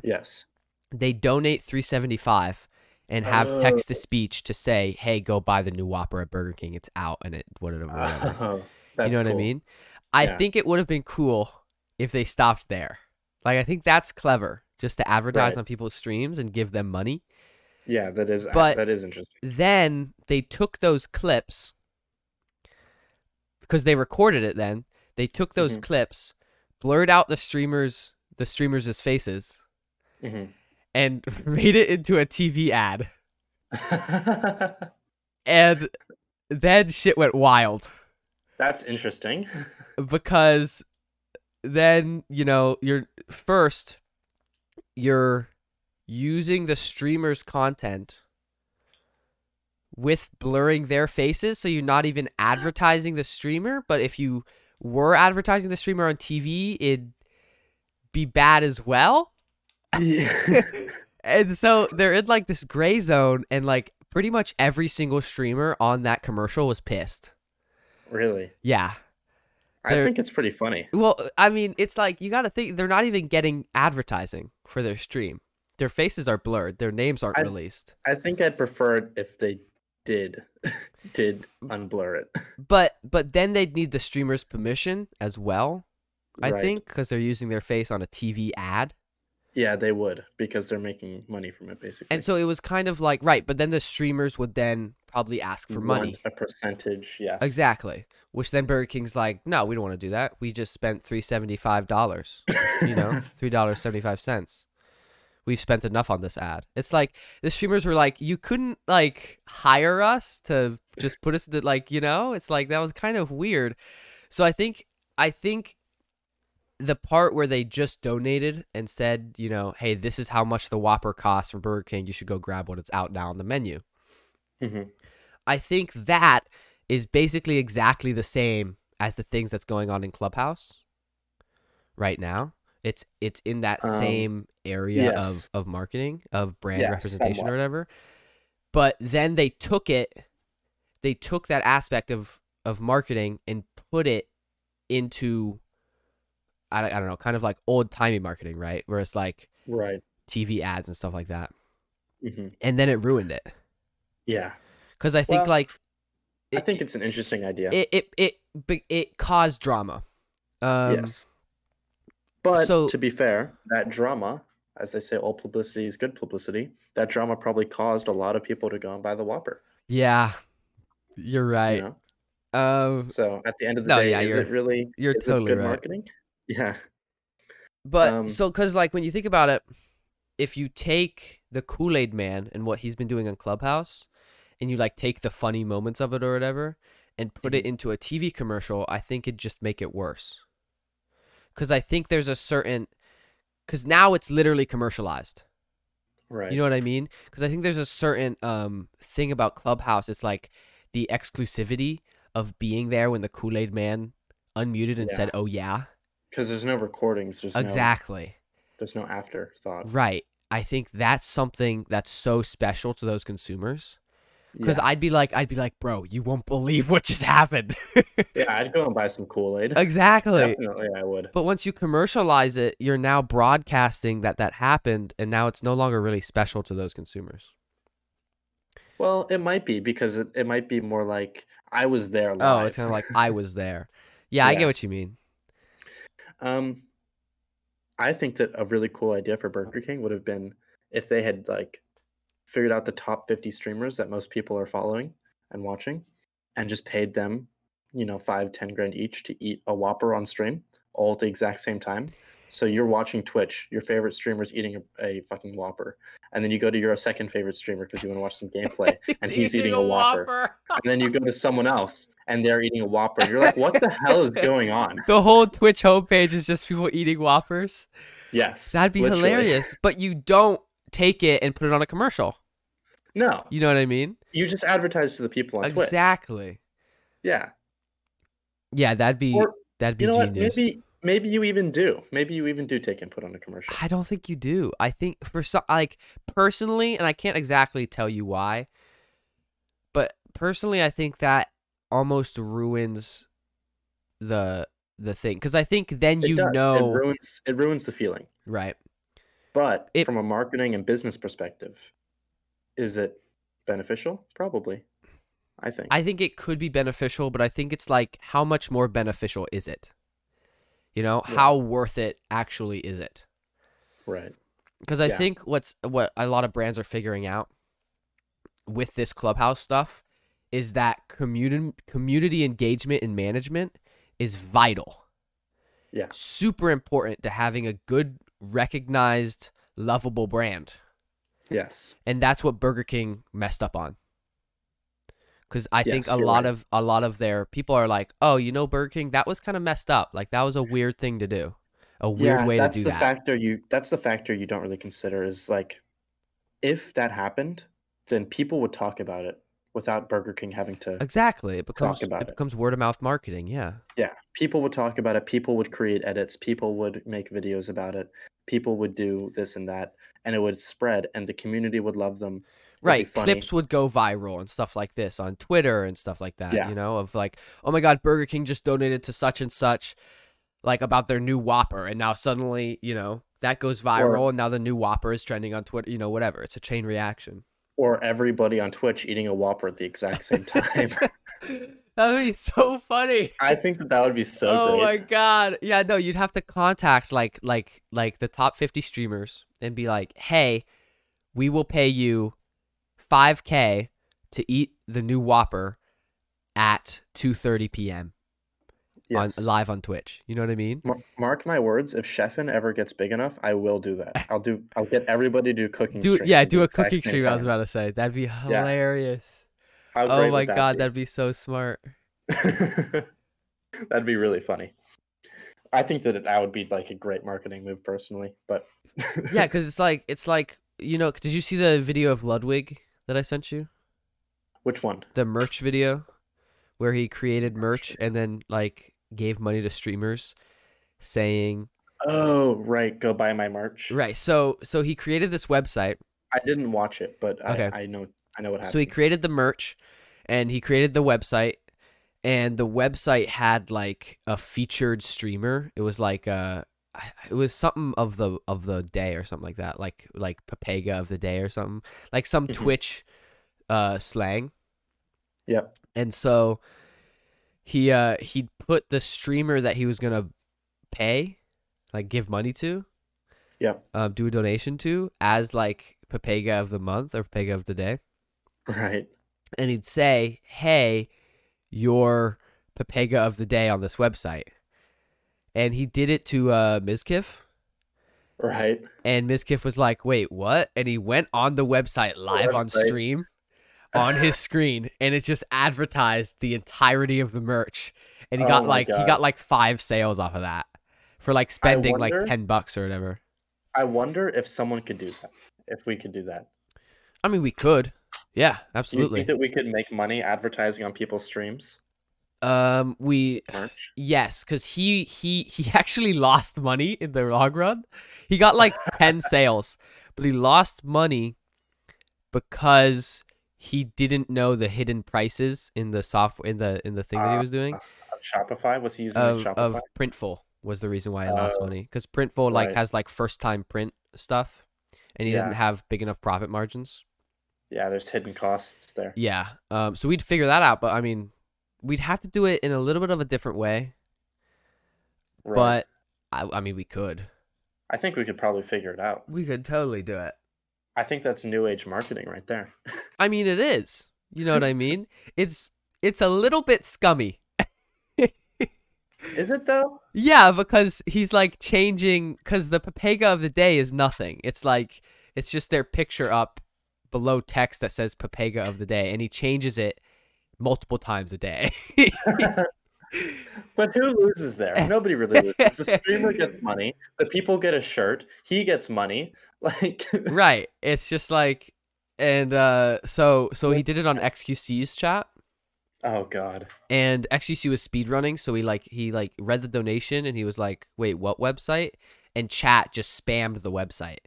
[SPEAKER 2] yes
[SPEAKER 1] they donate 375 and have
[SPEAKER 2] Oh.
[SPEAKER 1] text to speech to say hey go buy the new whopper at burger king it's out and it
[SPEAKER 2] *laughs*
[SPEAKER 1] whatever, whatever.
[SPEAKER 2] oh,
[SPEAKER 1] you
[SPEAKER 2] that's
[SPEAKER 1] know what i
[SPEAKER 2] cool.
[SPEAKER 1] mean i
[SPEAKER 2] Yeah.
[SPEAKER 1] think it would have been cool if they stopped there like i think that's clever just to advertise
[SPEAKER 2] Right.
[SPEAKER 1] on people's streams and give them money
[SPEAKER 2] yeah that is uh,
[SPEAKER 1] But-
[SPEAKER 2] that is interesting
[SPEAKER 1] then they took those clips because they recorded it then they took those
[SPEAKER 2] Mhm.
[SPEAKER 1] clips blurred out the streamers the streamers' faces
[SPEAKER 2] Mhm.
[SPEAKER 1] and *laughs* made it into a tv ad and then shit went wild
[SPEAKER 2] *laughs*
[SPEAKER 1] *laughs*
[SPEAKER 2] that's interesting *laughs*
[SPEAKER 1] because then you know you're first you're using the streamer's content with blurring their faces so you're not even advertising the streamer but if you were advertising the streamer on TV it'd be bad as well
[SPEAKER 2] yeah.
[SPEAKER 1] and so they're in like this gray zone and like pretty much every single streamer on that commercial was pissed
[SPEAKER 2] really
[SPEAKER 1] yeah
[SPEAKER 2] i
[SPEAKER 1] They're-
[SPEAKER 2] think it's pretty funny
[SPEAKER 1] Well, I mean, it's like you got to think they're not even getting advertising for their stream. Their faces are blurred. Their names aren't
[SPEAKER 2] I-
[SPEAKER 1] released.
[SPEAKER 2] I think I'd prefer it if they did *laughs* did unblur it.
[SPEAKER 1] But but then they'd need the streamer's permission as well. I
[SPEAKER 2] Right.
[SPEAKER 1] think because they're using their face on a TV ad,
[SPEAKER 2] Yeah, they would because they're making money from it basically.
[SPEAKER 1] and so it was kind of like right. But then the streamers would then probably ask for
[SPEAKER 2] Want
[SPEAKER 1] money.
[SPEAKER 2] a percentage, yes.
[SPEAKER 1] Exactly. Which then Burger King's like, no, we don't want to do that. We just spent three seventy five dollars. you know, three dollars seventy five cents. We've spent enough on this ad. It's like the streamers were like, you couldn't like hire us to just put us in the, like, you know, it's like that was kind of weird. So I think I think the part where they just donated and said, you know, hey, this is how much the Whopper costs from Burger King. You should go grab what it's out now on the menu.
[SPEAKER 2] Mhm.
[SPEAKER 1] I think that is basically exactly the same as the things that's going on in Clubhouse right now. It's it's in that
[SPEAKER 2] Um,
[SPEAKER 1] same area
[SPEAKER 2] yes.
[SPEAKER 1] of, of marketing, of brand
[SPEAKER 2] Yeah,
[SPEAKER 1] representation
[SPEAKER 2] somewhat.
[SPEAKER 1] or whatever. But then they took it they took that aspect of of marketing and put it into I, don't- I don't know, kind of like old timey marketing, right? Where it's like
[SPEAKER 2] Right.
[SPEAKER 1] TV ads and stuff like that.
[SPEAKER 2] hmm
[SPEAKER 1] And then it ruined it.
[SPEAKER 2] Yeah.
[SPEAKER 1] Cuz I think
[SPEAKER 2] Well,
[SPEAKER 1] like
[SPEAKER 2] I think it's an interesting idea.
[SPEAKER 1] it it it it, it caused drama. Um,
[SPEAKER 2] yes. But
[SPEAKER 1] so-
[SPEAKER 2] to be fair, that drama, as they say, all publicity is good publicity. That drama probably caused a lot of people to go and buy the Whopper.
[SPEAKER 1] Yeah, you're
[SPEAKER 2] You
[SPEAKER 1] right.
[SPEAKER 2] know?
[SPEAKER 1] Um,
[SPEAKER 2] So at the end of the
[SPEAKER 1] No,
[SPEAKER 2] day,
[SPEAKER 1] yeah,
[SPEAKER 2] is
[SPEAKER 1] you're-
[SPEAKER 2] it really
[SPEAKER 1] you're
[SPEAKER 2] is it
[SPEAKER 1] totally
[SPEAKER 2] good
[SPEAKER 1] right.
[SPEAKER 2] marketing? *laughs* Yeah.
[SPEAKER 1] but
[SPEAKER 2] um,
[SPEAKER 1] so because like when you think about it, if you take the Kool Aid Man and what he's been doing on Clubhouse, and you like take the funny moments of it or whatever, and put
[SPEAKER 2] Mm-hmm.
[SPEAKER 1] it into a TV commercial, I think it'd just make it worse. Because I think there's a certain, because now it's literally commercialized.
[SPEAKER 2] Right.
[SPEAKER 1] You know what I mean? Because I think there's a certain um thing about Clubhouse. It's like the exclusivity of being there when the Kool Aid Man unmuted and said,
[SPEAKER 2] Yeah.
[SPEAKER 1] "Oh yeah,
[SPEAKER 2] Because there's no Uh, recordings. There's
[SPEAKER 1] exactly,
[SPEAKER 2] no there's no afterthought.
[SPEAKER 1] right." I think that's something that's so special to those consumers. Because
[SPEAKER 2] yeah.
[SPEAKER 1] I'd be like, I'd be like, bro, you won't believe what just
[SPEAKER 2] *laughs*
[SPEAKER 1] happened. *laughs*
[SPEAKER 2] yeah, I'd go and buy some Kool-Aid.
[SPEAKER 1] exactly.
[SPEAKER 2] Definitely I would.
[SPEAKER 1] But once you commercialize it, you're now broadcasting that that happened, and now it's no longer really special to those consumers.
[SPEAKER 2] Well, it might be because it, it might be more like I was there live.
[SPEAKER 1] Oh, it's kind of like I was there. yeah, I
[SPEAKER 2] Yeah.
[SPEAKER 1] get what you mean.
[SPEAKER 2] Um, I think that a really cool idea for Burger King would have been if they had like figured out the top 50 streamers that most people are following and watching and just paid them, you know, five, 10 grand each to eat a Whopper on stream all at the exact same time. So you're watching Twitch, your favorite streamer's eating a, a fucking Whopper. And then you go to your second favorite streamer because you want to watch some gameplay and *laughs* he's eating a Whopper. And then you go to someone else and they're eating a Whopper. You're like, what the hell *laughs* is going on?
[SPEAKER 1] *laughs* The whole Twitch homepage is just people eating Whoppers.
[SPEAKER 2] Yes.
[SPEAKER 1] That'd be
[SPEAKER 2] literally.
[SPEAKER 1] hilarious. But you don't take it and put it on a commercial.
[SPEAKER 2] No,
[SPEAKER 1] You know what I mean?
[SPEAKER 2] you just advertise to the people on Twitch.
[SPEAKER 1] Exactly.
[SPEAKER 2] Yeah.
[SPEAKER 1] Yeah, that'd be
[SPEAKER 2] Or
[SPEAKER 1] that'd be
[SPEAKER 2] you know
[SPEAKER 1] genius.
[SPEAKER 2] what? Maybe maybe you even do. Maybe you even do take and put on a commercial.
[SPEAKER 1] I don't think you do. I think for some like personally, and I can't exactly tell you why, but personally, I think that almost ruins the the thing because I think then
[SPEAKER 2] It
[SPEAKER 1] you
[SPEAKER 2] does.
[SPEAKER 1] know
[SPEAKER 2] it ruins it ruins the feeling.
[SPEAKER 1] right.
[SPEAKER 2] But
[SPEAKER 1] It-
[SPEAKER 2] from a marketing and business perspective, is it beneficial? Probably. I think.
[SPEAKER 1] I think it could be beneficial, but I think it's like how much more beneficial is it? You know,
[SPEAKER 2] Yeah.
[SPEAKER 1] how worth it actually is it?
[SPEAKER 2] right.
[SPEAKER 1] Because I
[SPEAKER 2] Yeah.
[SPEAKER 1] think what's what a lot of brands are figuring out with this clubhouse stuff is that community community engagement and management is vital.
[SPEAKER 2] Yeah.
[SPEAKER 1] Super important to having a good, recognized, lovable brand.
[SPEAKER 2] Yes.
[SPEAKER 1] and that's what Burger King messed up on. Because I think
[SPEAKER 2] Yes,
[SPEAKER 1] a
[SPEAKER 2] you're
[SPEAKER 1] lot
[SPEAKER 2] right.
[SPEAKER 1] of a lot of their people are like, oh, you know, Burger King, that was kind of messed up. Like that was a weird thing to do, a weird way to
[SPEAKER 2] that's
[SPEAKER 1] do
[SPEAKER 2] the
[SPEAKER 1] that.
[SPEAKER 2] factor you that's the factor you don't really consider is like if that happened, then people would talk about it without Burger King having to
[SPEAKER 1] Exactly, it becomes it,
[SPEAKER 2] about it.
[SPEAKER 1] becomes word of mouth marketing. Yeah,
[SPEAKER 2] Yeah, people would talk about it. People would create edits. People would make videos about it. People would do this and that, and it would spread, and the community would love them. It'd be
[SPEAKER 1] right.
[SPEAKER 2] funny.
[SPEAKER 1] Clips would go viral and stuff like this on Twitter and stuff like that.
[SPEAKER 2] Yeah.
[SPEAKER 1] You know, of like, oh my God, Burger King just donated to such and such, like about their new Whopper, and now suddenly, you know, that goes viral, and now the new Whopper is trending on Twitter. You know, whatever. It's a chain reaction.
[SPEAKER 2] or everybody on Twitch eating a Whopper at the exact same time.
[SPEAKER 1] *laughs* that would be so funny.
[SPEAKER 2] *laughs* I think that that would be so
[SPEAKER 1] oh
[SPEAKER 2] great.
[SPEAKER 1] my god. Yeah, no, you'd have to contact like like like the top 50 streamers and be like, "Hey, we will pay you 5k to eat the new Whopper at 2:30 p.m.
[SPEAKER 2] *laughs* Yes.
[SPEAKER 1] on live on Twitch." You know what I mean?
[SPEAKER 2] Mar- Mark my words. If Chefin ever gets big enough, I will do that. I'll do. I'll get everybody Mm, to do cooking.
[SPEAKER 1] Do
[SPEAKER 2] streams
[SPEAKER 1] yeah,
[SPEAKER 2] at the
[SPEAKER 1] do a
[SPEAKER 2] exact
[SPEAKER 1] cooking
[SPEAKER 2] same
[SPEAKER 1] stream I was
[SPEAKER 2] time.
[SPEAKER 1] about to say. That'd be hilarious.
[SPEAKER 2] How great
[SPEAKER 1] Oh
[SPEAKER 2] would
[SPEAKER 1] my
[SPEAKER 2] that
[SPEAKER 1] god,
[SPEAKER 2] be? *laughs*
[SPEAKER 1] that'd be so smart.
[SPEAKER 2] That'd be really funny. I think that that would be like a great marketing move personally, but
[SPEAKER 1] yeah, because it's like it's like you know. Did you see the video of Ludwig that I sent you?
[SPEAKER 2] which one?
[SPEAKER 1] The merch video, where he created merch and then like gave money to streamers, saying
[SPEAKER 2] Oh, right. Go buy my merch.
[SPEAKER 1] right. So so he created this website.
[SPEAKER 2] I didn't watch it, but
[SPEAKER 1] Okay.
[SPEAKER 2] I, I know I know what happened.
[SPEAKER 1] So he created the merch, and he created the website, and the website had like a featured streamer. It was like uh I- it was something of the of the day or something like that, like like Papega of the day or something, like some
[SPEAKER 2] Mhm.
[SPEAKER 1] Twitch uh slang.
[SPEAKER 2] Yep.
[SPEAKER 1] And so he uh he put the streamer that he was gonna pay, like give money to,
[SPEAKER 2] Yep.
[SPEAKER 1] um, do a donation to, as like Papega of the month or Papega of the day
[SPEAKER 2] *laughs* Right.
[SPEAKER 1] and he'd say, "Hey, your Papega of the day on this website," and he did it to uh, Ms. Kiff,
[SPEAKER 2] Right.
[SPEAKER 1] and Ms. Kiff was like, "Wait, what?" And he went on the website live on
[SPEAKER 2] website.
[SPEAKER 1] stream on
[SPEAKER 2] *laughs*
[SPEAKER 1] his screen, and it just advertised the entirety of the merch, and he
[SPEAKER 2] Oh
[SPEAKER 1] got
[SPEAKER 2] my
[SPEAKER 1] like he
[SPEAKER 2] God.
[SPEAKER 1] got like five sales off of that for like spending like
[SPEAKER 2] wonder-
[SPEAKER 1] ten bucks or whatever.
[SPEAKER 2] I wonder if someone could do that. If we could do that.
[SPEAKER 1] I mean, we could, yeah,
[SPEAKER 2] Do you
[SPEAKER 1] absolutely.
[SPEAKER 2] think that we could make money advertising on people's streams?
[SPEAKER 1] um, we
[SPEAKER 2] Merch?
[SPEAKER 1] Yes, because he he he *laughs* actually lost money in the long run. He got like
[SPEAKER 2] *laughs*
[SPEAKER 1] ten sales, but he lost money because he didn't know the hidden prices in the software in the in the thing that he
[SPEAKER 2] Ah,
[SPEAKER 1] was doing
[SPEAKER 2] ah, On Shopify? Was he using like,
[SPEAKER 1] of
[SPEAKER 2] Shopify?
[SPEAKER 1] of Printful was the reason why he lost
[SPEAKER 2] Oh,
[SPEAKER 1] money because Printful like
[SPEAKER 2] right.
[SPEAKER 1] has like first time print stuff, and he
[SPEAKER 2] Yeah.
[SPEAKER 1] didn't have big enough profit margins.
[SPEAKER 2] Yeah, there's hidden costs there.
[SPEAKER 1] Yeah, um, so we'd figure that out, but I mean, we'd have to do it in a little bit of a different way.
[SPEAKER 2] Right.
[SPEAKER 1] But I, I mean, we could.
[SPEAKER 2] I think we could probably figure it out.
[SPEAKER 1] We could totally do it.
[SPEAKER 2] I think that's new age marketing right there.
[SPEAKER 1] I mean, it is. You know what I *laughs* mean? It's it's a little bit scummy.
[SPEAKER 2] Is it though?
[SPEAKER 1] Yeah, because he's like changing. Because the Papega of the day is nothing. It's like it's just their picture up below text that says Papega of the day, and he changes it multiple times a *laughs* day.
[SPEAKER 2] But who loses
[SPEAKER 1] *laughs*
[SPEAKER 2] there? Nobody really loses. The streamer gets money. The people get a shirt. He gets money. *laughs* Like
[SPEAKER 1] right. It's just like, and uh, so so he did it on XQC's chat.
[SPEAKER 2] Oh god.
[SPEAKER 1] and XQC was speedrunning, so he like he like read the donation and he was like, "Wait, what website?" And chat just spammed the website,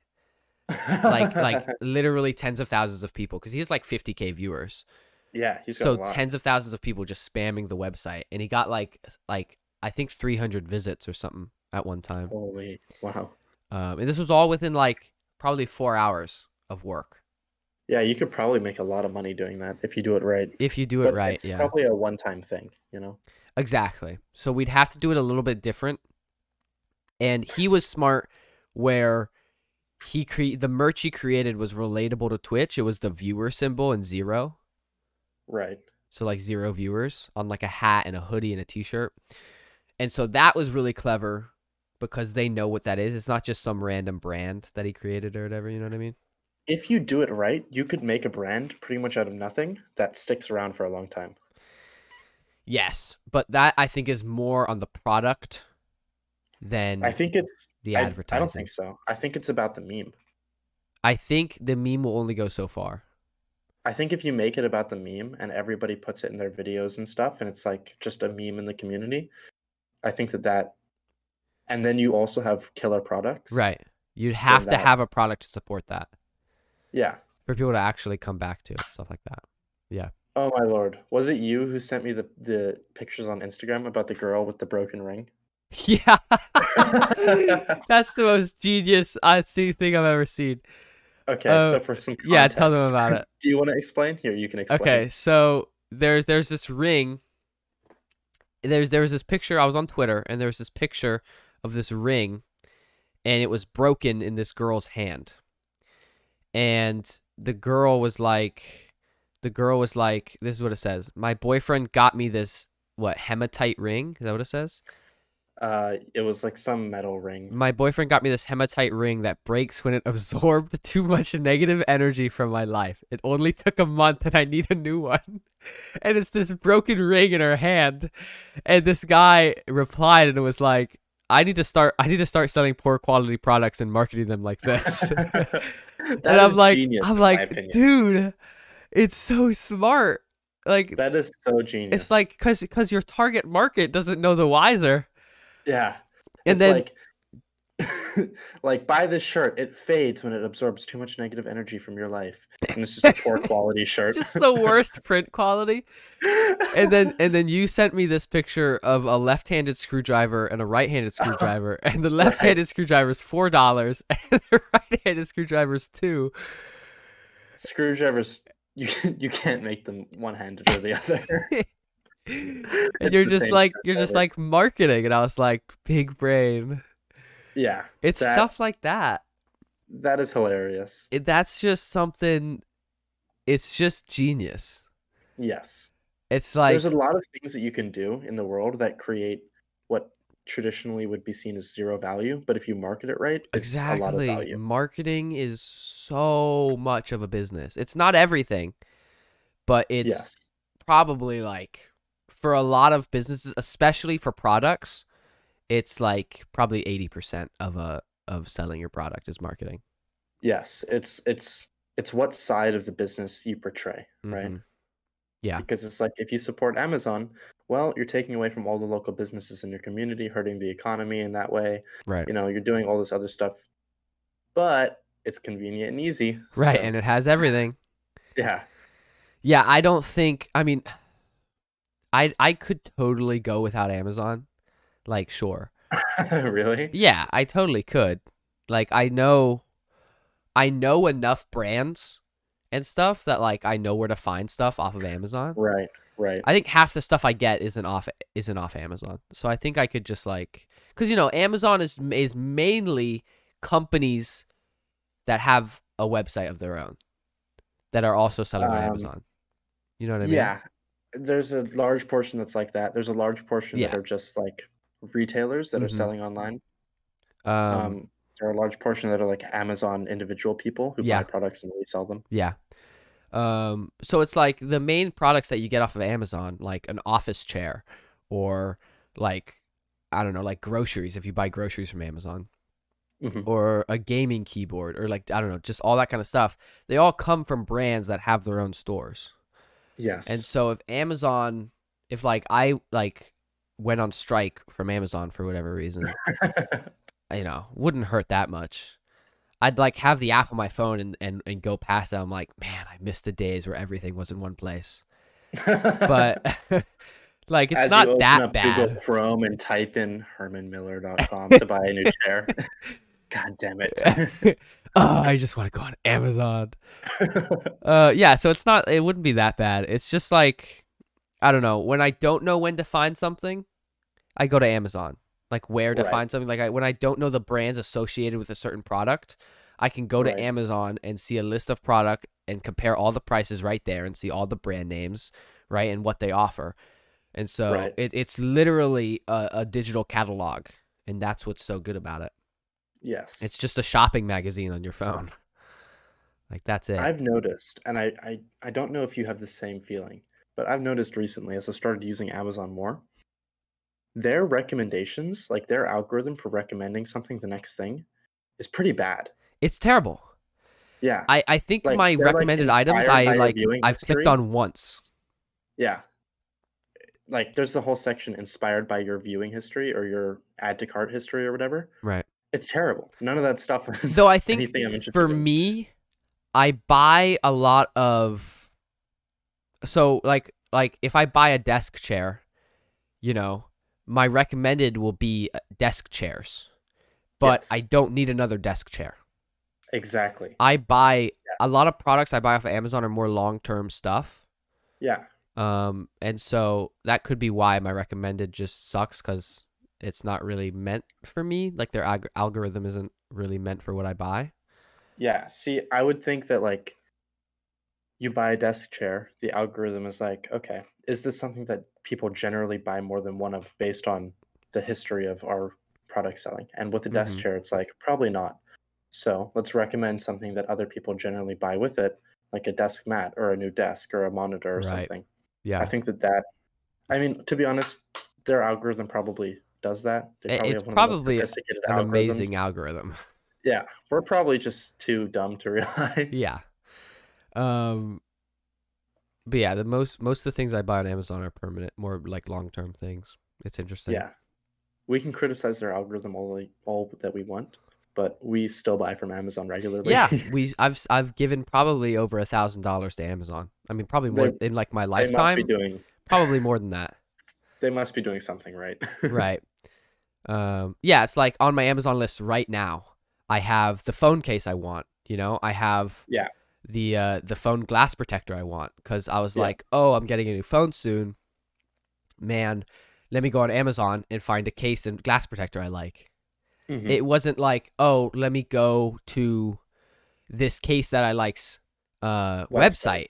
[SPEAKER 2] *laughs*
[SPEAKER 1] like like literally tens of thousands of people, because he has like 50k viewers.
[SPEAKER 2] Yeah, he's got
[SPEAKER 1] So
[SPEAKER 2] a lot.
[SPEAKER 1] tens of thousands of people just spamming the website, and he got like like I think 300 visits or something at one time.
[SPEAKER 2] Holy wow.
[SPEAKER 1] Um, and this was all within like probably four hours of work
[SPEAKER 2] Yeah, you could probably make a lot of money doing that if you do it right.
[SPEAKER 1] if you do it
[SPEAKER 2] But
[SPEAKER 1] right.
[SPEAKER 2] It's
[SPEAKER 1] yeah,
[SPEAKER 2] probably a one-time thing, you know.
[SPEAKER 1] Exactly. So we'd have to do it a little bit different. And he was smart where he cre- the merch he created was relatable to Twitch. It was the viewer symbol and zero.
[SPEAKER 2] Right.
[SPEAKER 1] So like zero viewers on like a hat and a hoodie and a t-shirt. And so that was really clever because they know what that is. It's not just some random brand that he created or whatever, you know what I mean?
[SPEAKER 2] If you do it right, you could make a brand pretty much out of nothing that sticks around for a long time.
[SPEAKER 1] Yes, but that I think is more on the product than
[SPEAKER 2] I think it's
[SPEAKER 1] Mm. the
[SPEAKER 2] I,
[SPEAKER 1] advertising.
[SPEAKER 2] I don't think so. I think it's about the meme.
[SPEAKER 1] I think the meme will only go so far.
[SPEAKER 2] I think if you make it about the meme and everybody puts it in their videos and stuff, and it's like just a meme in the community, I think that that, and then you also have killer products.
[SPEAKER 1] Right. You'd have to
[SPEAKER 2] that-
[SPEAKER 1] have a product to support that
[SPEAKER 2] Yeah.
[SPEAKER 1] for people to actually come back to stuff like *laughs* that.
[SPEAKER 2] Oh my lord, was it you who sent me the the pictures on Instagram about the girl with the
[SPEAKER 1] *laughs*
[SPEAKER 2] broken ring? *laughs*
[SPEAKER 1] Yeah. That's the most genius I see thing I've ever seen.
[SPEAKER 2] Okay,
[SPEAKER 1] Uh,
[SPEAKER 2] so for some context,
[SPEAKER 1] yeah, tell them about it.
[SPEAKER 2] Do you want to explain? Here, you can explain.
[SPEAKER 1] Okay, so there's there's this ring. There's there was this picture I was on Twitter and there was this picture of this ring and it was broken in this girl's hand. And the girl was like the girl was like this is what it says. My boyfriend got me this what hematite ring? Is that what it says?
[SPEAKER 2] Uh, it was like some
[SPEAKER 1] *laughs*
[SPEAKER 2] metal ring.
[SPEAKER 1] My boyfriend got me this hematite ring that breaks when it *laughs* absorbed too much negative energy from my life. It only took a month and I need a new one. *laughs* And it's this broken ring in her hand. And this guy replied and was like, I need to start. I need to start selling poor quality products and marketing them
[SPEAKER 2] *laughs*
[SPEAKER 1] like this.
[SPEAKER 2] That
[SPEAKER 1] and I'm
[SPEAKER 2] is
[SPEAKER 1] like,
[SPEAKER 2] genius,
[SPEAKER 1] I'm
[SPEAKER 2] in my
[SPEAKER 1] like,
[SPEAKER 2] opinion.
[SPEAKER 1] dude, it's so smart. Like
[SPEAKER 2] that is so genius.
[SPEAKER 1] it's like because because your target market doesn't know the wiser.
[SPEAKER 2] yeah,
[SPEAKER 1] And
[SPEAKER 2] It's
[SPEAKER 1] then
[SPEAKER 2] like, *laughs* like buy this shirt. It fades when it absorbs too much negative energy from your life, and it's just a
[SPEAKER 1] *laughs*
[SPEAKER 2] poor quality shirt.
[SPEAKER 1] it's just
[SPEAKER 2] *laughs*
[SPEAKER 1] the worst print quality. And then and then you sent me this picture of a left-handed screwdriver and a right-handed
[SPEAKER 2] *laughs*
[SPEAKER 1] screwdriver, and the left-handed screwdriver is four dollars, *laughs* and the right-handed screwdriver is two.
[SPEAKER 2] screwdrivers, you you can't make them one-handed or
[SPEAKER 1] *laughs*
[SPEAKER 2] the other.
[SPEAKER 1] and
[SPEAKER 2] It's
[SPEAKER 1] you're
[SPEAKER 2] the
[SPEAKER 1] just
[SPEAKER 2] same
[SPEAKER 1] like
[SPEAKER 2] stuff
[SPEAKER 1] you're just
[SPEAKER 2] over.
[SPEAKER 1] like marketing and i was like big brain
[SPEAKER 2] Yeah,
[SPEAKER 1] it's
[SPEAKER 2] That-
[SPEAKER 1] stuff like that
[SPEAKER 2] that is hilarious.
[SPEAKER 1] It- that's just something it's just genius
[SPEAKER 2] Yes,
[SPEAKER 1] it's like
[SPEAKER 2] there's a lot of things that you can do in the world that create what traditionally would be seen as zero value, but if you market it right, it's a lot of
[SPEAKER 1] exactly
[SPEAKER 2] value.
[SPEAKER 1] marketing is so much of a business it's not everything but it's
[SPEAKER 2] yes,
[SPEAKER 1] probably like for a lot of businesses especially for products it's like probably 80% of a of selling your product is marketing
[SPEAKER 2] yes, it's it's it's what side of the business you portray, right?
[SPEAKER 1] Mhm. yeah
[SPEAKER 2] Because it's like if you support Amazon, well, you're taking away from all the local businesses in your community, hurting the economy in that way.
[SPEAKER 1] right
[SPEAKER 2] You know, you're doing all this other stuff, but it's convenient and easy.
[SPEAKER 1] Right,
[SPEAKER 2] so,
[SPEAKER 1] and it has everything.
[SPEAKER 2] *laughs* yeah, *laughs*
[SPEAKER 1] Yeah, I don't think I mean I I could totally go without Amazon. Like sure.
[SPEAKER 2] really,
[SPEAKER 1] Yeah, I totally could. Like I know I know enough brands and stuff that like I know where to find stuff off of Amazon.
[SPEAKER 2] right, right,
[SPEAKER 1] I think half the stuff I get isn't off isn't off Amazon. So I think I could just like cuz you know, Amazon is is mainly companies that have a website of their own that are also selling on
[SPEAKER 2] Um,
[SPEAKER 1] Amazon. You know what I mean?
[SPEAKER 2] yeah. There's a large portion that's like that. There's a large portion
[SPEAKER 1] Yeah.
[SPEAKER 2] that are just like retailers that are
[SPEAKER 1] Mhm.
[SPEAKER 2] selling online.
[SPEAKER 1] Um,
[SPEAKER 2] Um, there are a large portion that are like Amazon individual people who
[SPEAKER 1] Yeah.
[SPEAKER 2] buy products and resell them.
[SPEAKER 1] yeah. Um so it's like the main products that you get off of Amazon like an office chair or like I don't know, like groceries if you buy groceries from Amazon.
[SPEAKER 2] Mhm.
[SPEAKER 1] or a gaming keyboard or like I don't know, just all that kind of stuff. They all come from brands that have their own stores.
[SPEAKER 2] Yes.
[SPEAKER 1] And
[SPEAKER 2] *laughs*
[SPEAKER 1] so if Amazon if like I like went on strike from Amazon for whatever reason, you know, wouldn't hurt that much. I'd like have the app on my phone and, and, and go past it. I'm like, man, I missed the days where everything was in one place. But *laughs* like it's
[SPEAKER 2] As you
[SPEAKER 1] not
[SPEAKER 2] open
[SPEAKER 1] that
[SPEAKER 2] up
[SPEAKER 1] bad.
[SPEAKER 2] Google Chrome and type in
[SPEAKER 1] *laughs*
[SPEAKER 2] hermanmiller.com to buy a new chair. God damn it.
[SPEAKER 1] *laughs* oh, I just want to go on Amazon. Uh, yeah, so it's not. It wouldn't be that bad. It's just like, I don't know. When I don't know when to find something, I go to Amazon. Like where to
[SPEAKER 2] Right.
[SPEAKER 1] find something. Like I, when I don't know the brands associated with a certain product, I can go to
[SPEAKER 2] Right.
[SPEAKER 1] Amazon and see a list of product and compare all the prices right there and see all the brand names, right, and what they offer. And so
[SPEAKER 2] Right.
[SPEAKER 1] it, it's literally a, a digital catalog, and that's what's so good about it.
[SPEAKER 2] *laughs* yes.
[SPEAKER 1] It's just a shopping magazine on your phone. *laughs* Like that's it.
[SPEAKER 2] I've noticed, and I, I, I don't know if you have the same feeling, but I've noticed recently as I started using Amazon more, their recommendations, like their algorithm for recommending something the next thing, is pretty bad.
[SPEAKER 1] It's terrible.
[SPEAKER 2] Yeah.
[SPEAKER 1] I, I think
[SPEAKER 2] Like,
[SPEAKER 1] my
[SPEAKER 2] they're, like,
[SPEAKER 1] recommended items
[SPEAKER 2] inspired
[SPEAKER 1] I
[SPEAKER 2] by your
[SPEAKER 1] like
[SPEAKER 2] viewing
[SPEAKER 1] I've
[SPEAKER 2] history.
[SPEAKER 1] clicked on once.
[SPEAKER 2] Yeah. Like there's the whole section inspired by your viewing history or your add to cart history or whatever.
[SPEAKER 1] Right.
[SPEAKER 2] It's terrible. None of that stuff *laughs*
[SPEAKER 1] *laughs*
[SPEAKER 2] is
[SPEAKER 1] Though I think
[SPEAKER 2] Anything I'm interested
[SPEAKER 1] for
[SPEAKER 2] in.
[SPEAKER 1] me, I buy a lot of so like like if I buy a desk chair, you know, my recommended will be uh, desk chairs. But I
[SPEAKER 2] Yes.
[SPEAKER 1] don't need another desk chair.
[SPEAKER 2] exactly.
[SPEAKER 1] I buy a lot of products I buy off of Amazon are more long term stuff.
[SPEAKER 2] Yeah.
[SPEAKER 1] Um, and so that could be why my recommended just sucks because it's not really meant for me. Like their alg- algorithm isn't really meant for what I buy.
[SPEAKER 2] Yeah. See, I would think that like you buy a desk chair, the algorithm is like, okay, is this something that people generally buy more than one of based on the history of our product selling? And with a desk
[SPEAKER 1] Mhm.
[SPEAKER 2] chair, it's like, probably not. So let's recommend something that other people generally buy with it, like a desk mat or a new desk or a monitor or
[SPEAKER 1] Right.
[SPEAKER 2] something.
[SPEAKER 1] Yeah.
[SPEAKER 2] I think that that, I mean, to be honest, their algorithm probably does that.
[SPEAKER 1] It-
[SPEAKER 2] They
[SPEAKER 1] it's
[SPEAKER 2] have one of the most
[SPEAKER 1] probably
[SPEAKER 2] sophisticated
[SPEAKER 1] An amazing
[SPEAKER 2] algorithms.
[SPEAKER 1] algorithm. *laughs*
[SPEAKER 2] Yeah, we're probably just too dumb to *laughs* realize.
[SPEAKER 1] yeah. Um. But yeah, the most most of the things I buy on Amazon are permanent, more like long term things. It's interesting.
[SPEAKER 2] Yeah. *laughs* We can criticize their algorithm all, we- all that we want, but we still buy from Amazon regularly. *laughs*
[SPEAKER 1] Yeah, we I've s- I've given probably over a thousand dollars to Amazon. I mean, probably more in like my
[SPEAKER 2] they must be
[SPEAKER 1] lifetime,
[SPEAKER 2] doing
[SPEAKER 1] probably more than that.
[SPEAKER 2] they must be doing something right. *laughs*
[SPEAKER 1] right. Um, yeah, it's like on my Amazon list right now. I have the phone case I want. You know, I have
[SPEAKER 2] Yeah.
[SPEAKER 1] the uh, the phone glass protector I want because I was
[SPEAKER 2] Yeah.
[SPEAKER 1] like, oh, I'm getting a new phone soon. Man, let me go on Amazon and find a case and glass protector I like.
[SPEAKER 2] Mhm.
[SPEAKER 1] It wasn't like, oh, let me go to this case that I likes uh, website.
[SPEAKER 2] Website.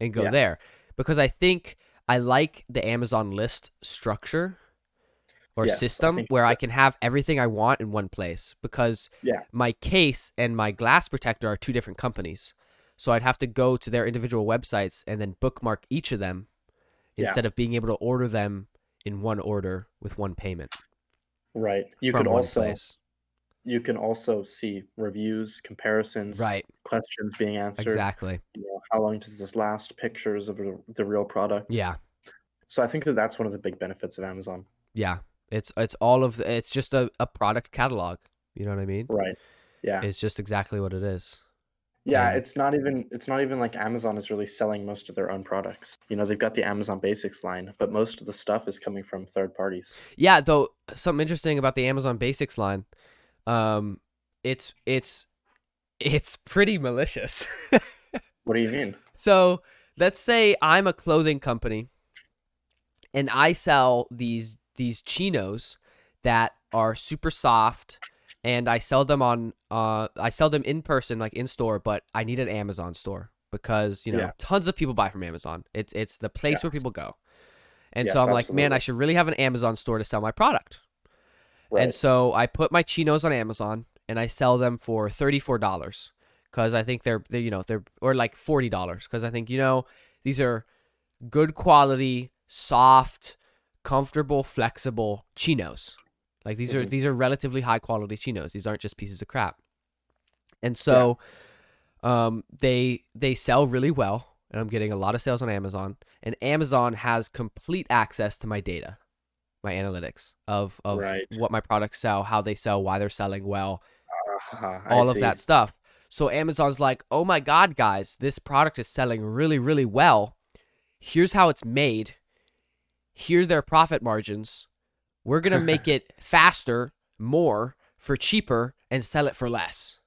[SPEAKER 1] and go
[SPEAKER 2] Yeah.
[SPEAKER 1] there because I think I like the Amazon list structure or
[SPEAKER 2] Yes, I
[SPEAKER 1] system
[SPEAKER 2] think
[SPEAKER 1] where
[SPEAKER 2] so.
[SPEAKER 1] I can have everything I want in one place because
[SPEAKER 2] Yeah.
[SPEAKER 1] my case and my glass protector are two different companies. So I'd have to go to their individual websites and then bookmark each of them
[SPEAKER 2] Yeah.
[SPEAKER 1] instead of being able to order them in one order with one payment
[SPEAKER 2] right. You
[SPEAKER 1] from
[SPEAKER 2] could
[SPEAKER 1] one
[SPEAKER 2] also
[SPEAKER 1] place.
[SPEAKER 2] you can also see reviews, comparisons,
[SPEAKER 1] Right,
[SPEAKER 2] questions being answered.
[SPEAKER 1] exactly.
[SPEAKER 2] You know, how long does this last? Pictures of the- the real product.
[SPEAKER 1] Yeah.
[SPEAKER 2] So I think that that's one of the big benefits of Amazon.
[SPEAKER 1] Yeah. It's it's all of the, it's just a, a product catalog. You know what I mean?
[SPEAKER 2] Right. Yeah.
[SPEAKER 1] It's just exactly what it is.
[SPEAKER 2] Yeah,
[SPEAKER 1] Yeah.
[SPEAKER 2] it's not even it's not even like Amazon is really selling most of their own products. You know, they've got the Amazon Basics line, but most of the stuff is coming from third parties.
[SPEAKER 1] Yeah, though something interesting about the Amazon Basics line, um, it's it's it's pretty malicious. *laughs*
[SPEAKER 2] What do you mean?
[SPEAKER 1] so let's say I'm a clothing company, and I sell these these chinos that are super soft, and I sell them on uh I sell them in person like in store, but I need an Amazon store because you know
[SPEAKER 2] Yeah.
[SPEAKER 1] tons of people buy from Amazon. It's it's the place where
[SPEAKER 2] Yes.
[SPEAKER 1] people go, and so I'm
[SPEAKER 2] Yes,
[SPEAKER 1] like, man, I
[SPEAKER 2] absolutely.
[SPEAKER 1] should really have an Amazon store to sell my product.
[SPEAKER 2] Right.
[SPEAKER 1] And so I put my chinos on Amazon and I sell them for thirty-four dollars because I think they're, they you know they're or like forty dollars because I think you know these are good quality, soft, comfortable, flexible chinos. Like these are
[SPEAKER 2] Mhm.
[SPEAKER 1] these are relatively high quality chinos. These aren't just pieces of crap. And so, um, they they sell really well, and I'm getting a lot of sales on Amazon. And Amazon has complete access to my data, my analytics of of
[SPEAKER 2] Right.
[SPEAKER 1] what my products sell, how they sell, why they're selling well,
[SPEAKER 2] Ah, I
[SPEAKER 1] all of
[SPEAKER 2] see.
[SPEAKER 1] that stuff. So Amazon's like, oh my God, guys, this product is selling really, really well. Here's how it's made. Here are their profit margins. We're
[SPEAKER 2] *laughs*
[SPEAKER 1] going to make it faster, more, for cheaper, and sell it for less.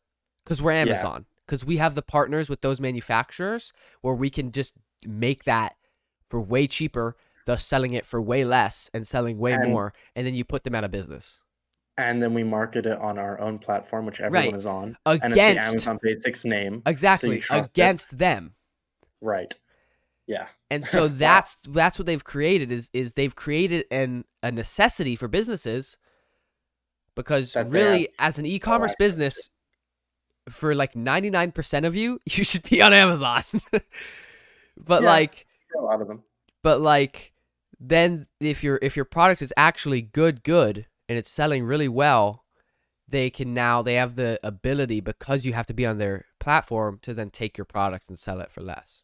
[SPEAKER 1] Because we're Amazon. Because we have the partners with those manufacturers where we can just make that for way cheaper, thus selling it for way less and selling way
[SPEAKER 2] And-
[SPEAKER 1] more. And then you put them out of business.
[SPEAKER 2] And then we market it on our own platform, which everyone
[SPEAKER 1] Right.
[SPEAKER 2] is on. And it's the
[SPEAKER 1] Against.
[SPEAKER 2] Amazon Basics name.
[SPEAKER 1] Exactly.
[SPEAKER 2] trust it.
[SPEAKER 1] against them.
[SPEAKER 2] Right. Yeah. *laughs*
[SPEAKER 1] And so
[SPEAKER 2] Wow.
[SPEAKER 1] that's that's what they've created is is they've created an a necessity for businesses because
[SPEAKER 2] That they have
[SPEAKER 1] really as an e-commerce
[SPEAKER 2] access to.
[SPEAKER 1] business for like 99% of you *laughs* you should be on Amazon. *laughs* but
[SPEAKER 2] Yeah.
[SPEAKER 1] like
[SPEAKER 2] A lot of them.
[SPEAKER 1] but like then if your if your product is actually good good and it's selling really well they can now they have the ability because you have to be on their platform to then take your product and sell it for less.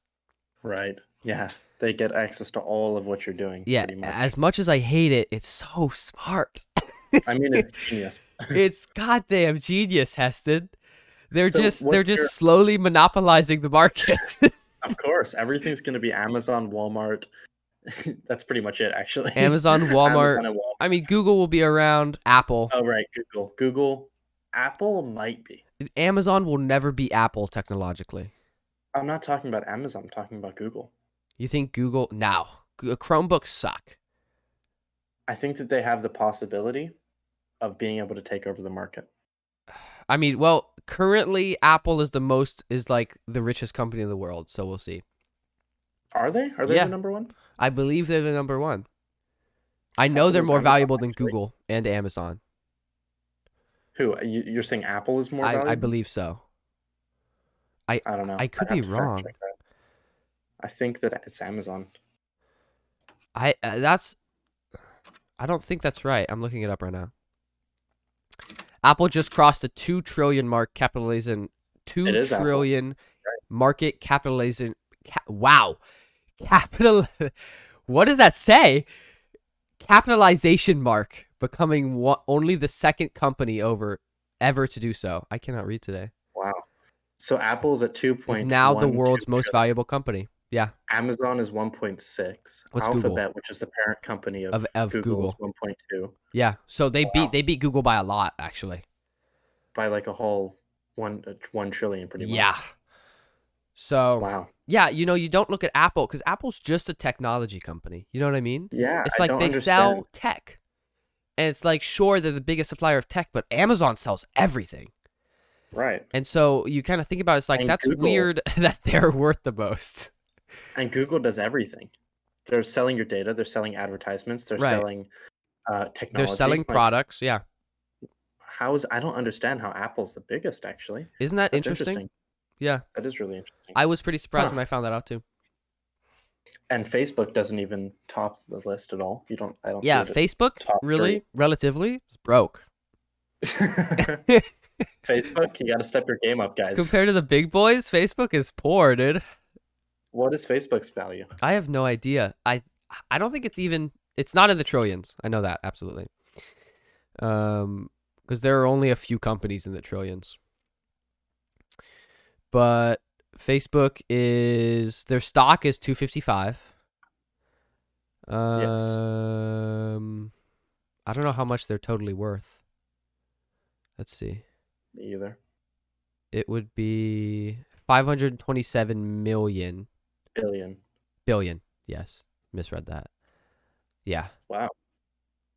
[SPEAKER 2] Right. Yeah. They get access to all of what you're doing.
[SPEAKER 1] Yeah,
[SPEAKER 2] Pretty much.
[SPEAKER 1] as much as I hate it, it's so smart.
[SPEAKER 2] *laughs* I mean, it's genius. *laughs*
[SPEAKER 1] it's goddamn genius, Heston. They're
[SPEAKER 2] So
[SPEAKER 1] just
[SPEAKER 2] what's
[SPEAKER 1] they're just
[SPEAKER 2] your-
[SPEAKER 1] slowly monopolizing the market. *laughs*
[SPEAKER 2] Of course. Everything's going to be Amazon, Walmart. *laughs* That's pretty much it, actually.
[SPEAKER 1] Amazon, Walmart.
[SPEAKER 2] *laughs* Amazon and Walmart.
[SPEAKER 1] I mean, Google will be around. Apple,
[SPEAKER 2] Oh right, Google. Google. Apple might be.
[SPEAKER 1] Amazon will never be Apple technologically.
[SPEAKER 2] I'm not talking about Amazon. I'm talking about Google.
[SPEAKER 1] You think Google now? Chromebooks suck.
[SPEAKER 2] I think that they have the possibility of being able to take over the market.
[SPEAKER 1] I mean, well, currently Apple is the most is like the richest company in the world, so we'll see.
[SPEAKER 2] Are they? Are they
[SPEAKER 1] Yeah.
[SPEAKER 2] the number one?
[SPEAKER 1] I believe they're the number one. I
[SPEAKER 2] Thought
[SPEAKER 1] know
[SPEAKER 2] there
[SPEAKER 1] they're
[SPEAKER 2] was
[SPEAKER 1] more
[SPEAKER 2] Amazon,
[SPEAKER 1] valuable than
[SPEAKER 2] actually.
[SPEAKER 1] Google and Amazon.
[SPEAKER 2] Who? You, you're saying Apple is more valuable?
[SPEAKER 1] I, I believe so.
[SPEAKER 2] I don't know.
[SPEAKER 1] I
[SPEAKER 2] I'd
[SPEAKER 1] could
[SPEAKER 2] have
[SPEAKER 1] be
[SPEAKER 2] to fact
[SPEAKER 1] wrong.
[SPEAKER 2] check that. I think that it's Amazon.
[SPEAKER 1] I uh, that's I don't think that's right. I'm looking it up right now. Apple just crossed the two trillion mark capitalizing two
[SPEAKER 2] is Apple.
[SPEAKER 1] trillion market capitalization. Ca- wow, capital. *laughs* what does that say? Capitalization mark becoming one, only the second company over ever to do so. I cannot read today.
[SPEAKER 2] Wow. So Apple's at two
[SPEAKER 1] It's
[SPEAKER 2] point.
[SPEAKER 1] now the world's most valuable company
[SPEAKER 2] Amazon is one point six.
[SPEAKER 1] What's
[SPEAKER 2] Alphabet,
[SPEAKER 1] Google?
[SPEAKER 2] which is the parent company of,
[SPEAKER 1] of of
[SPEAKER 2] Google,
[SPEAKER 1] Google.
[SPEAKER 2] is one point two
[SPEAKER 1] Yeah, so they
[SPEAKER 2] Wow.
[SPEAKER 1] beat they beat Google by a lot actually.
[SPEAKER 2] by like a whole one uh, one trillion pretty much.
[SPEAKER 1] Yeah. So
[SPEAKER 2] Wow.
[SPEAKER 1] yeah, you know you don't look at Apple because Apple's just a technology company. You know what I mean?
[SPEAKER 2] Yeah.
[SPEAKER 1] It's
[SPEAKER 2] I
[SPEAKER 1] like
[SPEAKER 2] don't
[SPEAKER 1] they
[SPEAKER 2] understand.
[SPEAKER 1] sell tech. And it's like, sure, they're the biggest supplier of tech, but Amazon sells everything.
[SPEAKER 2] right,
[SPEAKER 1] And so you kind of think about it, it's like,
[SPEAKER 2] And
[SPEAKER 1] that's
[SPEAKER 2] Google.
[SPEAKER 1] weird *laughs* that they're worth the most.
[SPEAKER 2] and Google does everything. They're selling your data. They're selling advertisements. They're
[SPEAKER 1] Right.
[SPEAKER 2] selling uh,
[SPEAKER 1] They're
[SPEAKER 2] technology.
[SPEAKER 1] selling
[SPEAKER 2] Like,
[SPEAKER 1] products. Yeah.
[SPEAKER 2] How is I don't understand how Apple's the biggest actually.
[SPEAKER 1] Isn't that
[SPEAKER 2] That's
[SPEAKER 1] interesting? Yeah.
[SPEAKER 2] That is really interesting.
[SPEAKER 1] I was pretty surprised
[SPEAKER 2] Huh.
[SPEAKER 1] when I found that out too.
[SPEAKER 2] and Facebook doesn't even top the list at all. You don't. I don't. see
[SPEAKER 1] Yeah.
[SPEAKER 2] it at
[SPEAKER 1] Facebook,
[SPEAKER 2] top three.
[SPEAKER 1] really, relatively, is broke.
[SPEAKER 2] *laughs* Facebook, you got to step your game up, guys.
[SPEAKER 1] Compared to the big boys, Facebook is poor, dude.
[SPEAKER 2] what is Facebook's value?
[SPEAKER 1] I have no idea. I I don't think it's even it's not in the trillions. I know that absolutely. Um because there are only a few companies in the trillions. But Facebook is their stock is 255. Um I don't know how much they're totally worth. Let's see.
[SPEAKER 2] Me either.
[SPEAKER 1] It would be 527 million
[SPEAKER 2] Billion.
[SPEAKER 1] billion. Yes, misread that. Yeah.
[SPEAKER 2] Wow,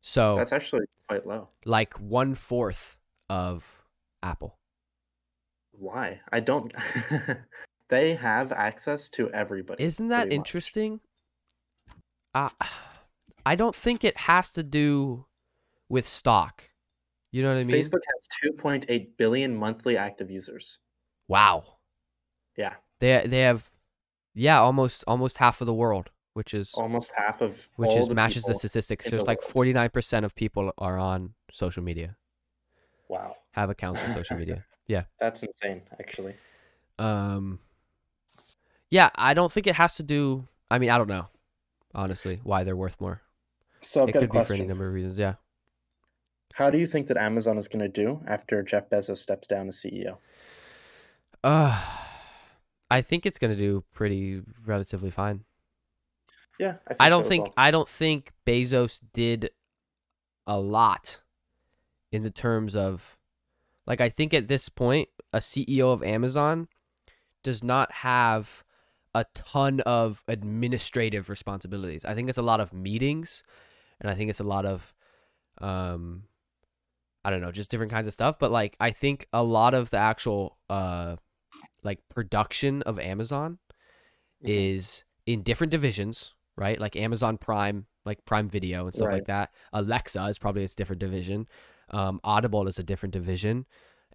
[SPEAKER 1] So
[SPEAKER 2] that's actually quite low.
[SPEAKER 1] like one fourth of Apple.
[SPEAKER 2] Why? I don't. *laughs* they have access to everybody.
[SPEAKER 1] Isn't that
[SPEAKER 2] pretty much.
[SPEAKER 1] interesting? Uh, I don't think it has to do with stock. You know what I mean?
[SPEAKER 2] Facebook has 2.8 billion monthly active users.
[SPEAKER 1] Wow.
[SPEAKER 2] Yeah,
[SPEAKER 1] They they have yeah almost almost half of the world, which is
[SPEAKER 2] almost half of
[SPEAKER 1] which
[SPEAKER 2] all
[SPEAKER 1] is
[SPEAKER 2] the
[SPEAKER 1] matches the
[SPEAKER 2] people-
[SPEAKER 1] statistics.
[SPEAKER 2] in
[SPEAKER 1] There's
[SPEAKER 2] the
[SPEAKER 1] like
[SPEAKER 2] world.
[SPEAKER 1] forty nine percent of people are on social media,
[SPEAKER 2] Wow,
[SPEAKER 1] have accounts on social media.
[SPEAKER 2] that's insane. Actually,
[SPEAKER 1] Um, yeah, I don't think it has to do. I mean, I don't know, honestly, why they're worth more.
[SPEAKER 2] so I've
[SPEAKER 1] it
[SPEAKER 2] got a
[SPEAKER 1] could be for any
[SPEAKER 2] question.
[SPEAKER 1] number of reasons. Yeah,
[SPEAKER 2] How do you think that Amazon is going to do after Jeff Bezos steps down as E CEO?
[SPEAKER 1] uh, I think it's gonna do pretty relatively fine.
[SPEAKER 2] Yeah, I, think
[SPEAKER 1] I don't
[SPEAKER 2] so as
[SPEAKER 1] think
[SPEAKER 2] well.
[SPEAKER 1] I don't think Bezos did a lot in the terms of like I think at this point a CEO of Amazon does not have a ton of administrative responsibilities. I think it's a lot of meetings and I think it's a lot of um I don't know, just different kinds of stuff, but like I think a lot of the actual uh like production of Amazon
[SPEAKER 2] Mhm.
[SPEAKER 1] is in different divisions, right? Like Amazon Prime, like Prime Video and stuff like
[SPEAKER 2] Right.
[SPEAKER 1] that. Alexa is probably its different division. Um, Audible is a different division.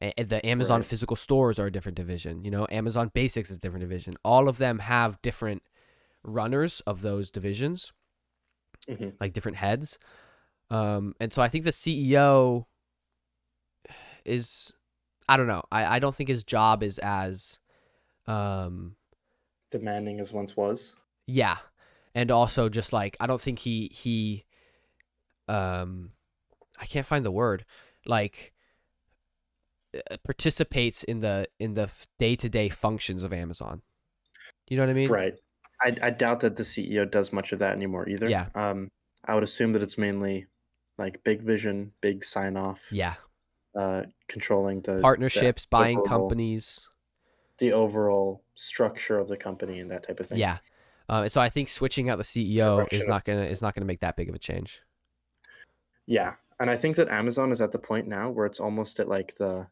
[SPEAKER 1] A- a- the Amazon
[SPEAKER 2] Right.
[SPEAKER 1] physical stores are a different division. You know, Amazon Basics is a different division. All of them have different runners of those divisions,
[SPEAKER 2] Mhm.
[SPEAKER 1] like different heads. Um, and so I think the CEO is, I don't know, I, I don't think his job is as, um,
[SPEAKER 2] demanding as once was.
[SPEAKER 1] Yeah. And also just like I don't think he he um I can't find the word. Like uh, participates in the in the f- day-to-day functions of Amazon. You know what I mean?
[SPEAKER 2] Right. I, I doubt that the CEO does much of that anymore either.
[SPEAKER 1] Yeah.
[SPEAKER 2] Um, I would assume that it's mainly like big vision, big sign off,
[SPEAKER 1] Yeah.
[SPEAKER 2] uh, controlling the
[SPEAKER 1] Partnerships, buying
[SPEAKER 2] overall-
[SPEAKER 1] companies.
[SPEAKER 2] the overall structure of the company and that type of thing.
[SPEAKER 1] Yeah. Uh, and so I think switching out the CEO
[SPEAKER 2] Direction
[SPEAKER 1] is
[SPEAKER 2] of-
[SPEAKER 1] not gonna is not gonna make that big of a change.
[SPEAKER 2] Yeah. And I think that Amazon is at the point now where it's almost at like the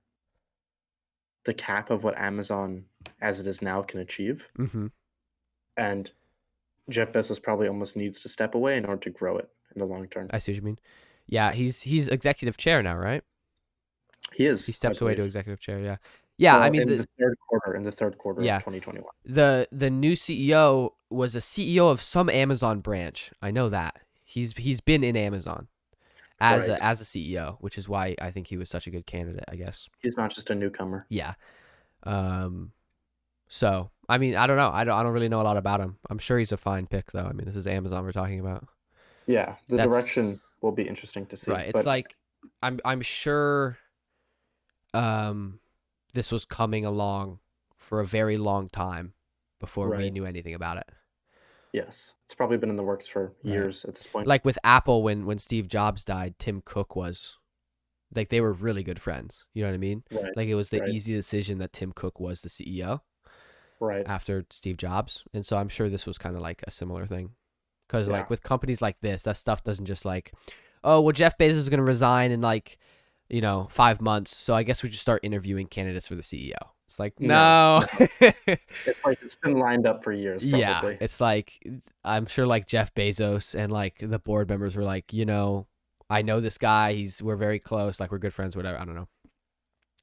[SPEAKER 2] the cap of what Amazon as it is now can achieve.
[SPEAKER 1] Mm-hmm.
[SPEAKER 2] And Jeff Bezos probably almost needs to step away in order to grow it in the long term.
[SPEAKER 1] I see what you mean. Yeah, he's he's executive chair now, right?
[SPEAKER 2] He is.
[SPEAKER 1] He
[SPEAKER 2] I
[SPEAKER 1] steps away to
[SPEAKER 2] believe.
[SPEAKER 1] executive chair. Yeah. Yeah. I
[SPEAKER 2] Well,
[SPEAKER 1] mean,
[SPEAKER 2] in
[SPEAKER 1] the,
[SPEAKER 2] the, third quarter, in the third quarter
[SPEAKER 1] Yeah.
[SPEAKER 2] of 2021.
[SPEAKER 1] the the new E CEO was a CEO of some Amazon branch. I know that. He's he's been in Amazon. as
[SPEAKER 2] Right.
[SPEAKER 1] a, as a CEO, which is why I think he was such a good candidate. I guess.
[SPEAKER 2] He's not just a newcomer.
[SPEAKER 1] Yeah. Um. So I mean, I don't know. I don't. I don't really know a lot about him. I'm sure he's a fine pick, though. I mean, this is Amazon we're talking about.
[SPEAKER 2] Yeah, the
[SPEAKER 1] That's-
[SPEAKER 2] direction will be interesting to see.
[SPEAKER 1] right. It's
[SPEAKER 2] but
[SPEAKER 1] like I'm. I'm sure. Um, this was coming along for a very long time before we
[SPEAKER 2] Right.
[SPEAKER 1] knew anything about it.
[SPEAKER 2] yes, it's probably been in the works for
[SPEAKER 1] Right.
[SPEAKER 2] years at this point.
[SPEAKER 1] Like with Apple, when when Steve Jobs died, Tim Cook was, like, they were really good friends. You know what I mean?
[SPEAKER 2] right,
[SPEAKER 1] Like it was the
[SPEAKER 2] Right.
[SPEAKER 1] easy decision that Tim Cook was the CEO.
[SPEAKER 2] right,
[SPEAKER 1] after Steve Jobs. And so I'm sure this was kind of like a similar thing. Cuz
[SPEAKER 2] Yeah.
[SPEAKER 1] like with companies like this, that stuff doesn't just like oh, well Jeff Bezos is going to resign in like, you know, 5 months, so I guess we just start interviewing candidates for the CEO. It's like
[SPEAKER 2] No,
[SPEAKER 1] no. *laughs*
[SPEAKER 2] It's like it's been lined up for years. Probably.
[SPEAKER 1] yeah. It's like I'm sure like Jeff Bezos and like the board members were like, you know, I know this guy, he's we're very close, like we're good friends whatever, I don't know.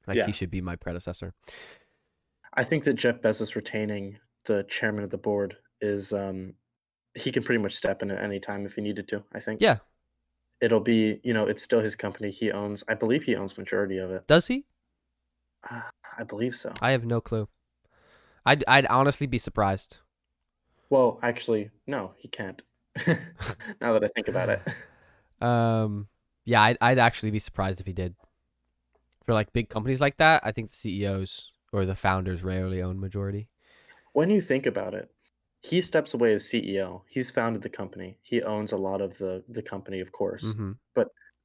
[SPEAKER 1] Like
[SPEAKER 2] Yeah.
[SPEAKER 1] he should be my predecessor.
[SPEAKER 2] I think that Jeff Bezos retaining the chairman of the board is um he can pretty much step in at any time if he needed to, I think.
[SPEAKER 1] Yeah.
[SPEAKER 2] It'll be, you know, it's still his company. He owns I believe he owns majority of it.
[SPEAKER 1] Does he?
[SPEAKER 2] Uh, I believe so.
[SPEAKER 1] I have no clue. I'd I'd honestly be surprised.
[SPEAKER 2] Well, actually, no, he can't. *laughs* now that I think about it.
[SPEAKER 1] Um, yeah, I'd, I'd actually be surprised if he did. For like big companies like that, I think the CEOs or the founders rarely own majority.
[SPEAKER 2] When you think about it, he steps away as CEO. He's founded the company. He owns a lot of the the company, of course.
[SPEAKER 1] hmm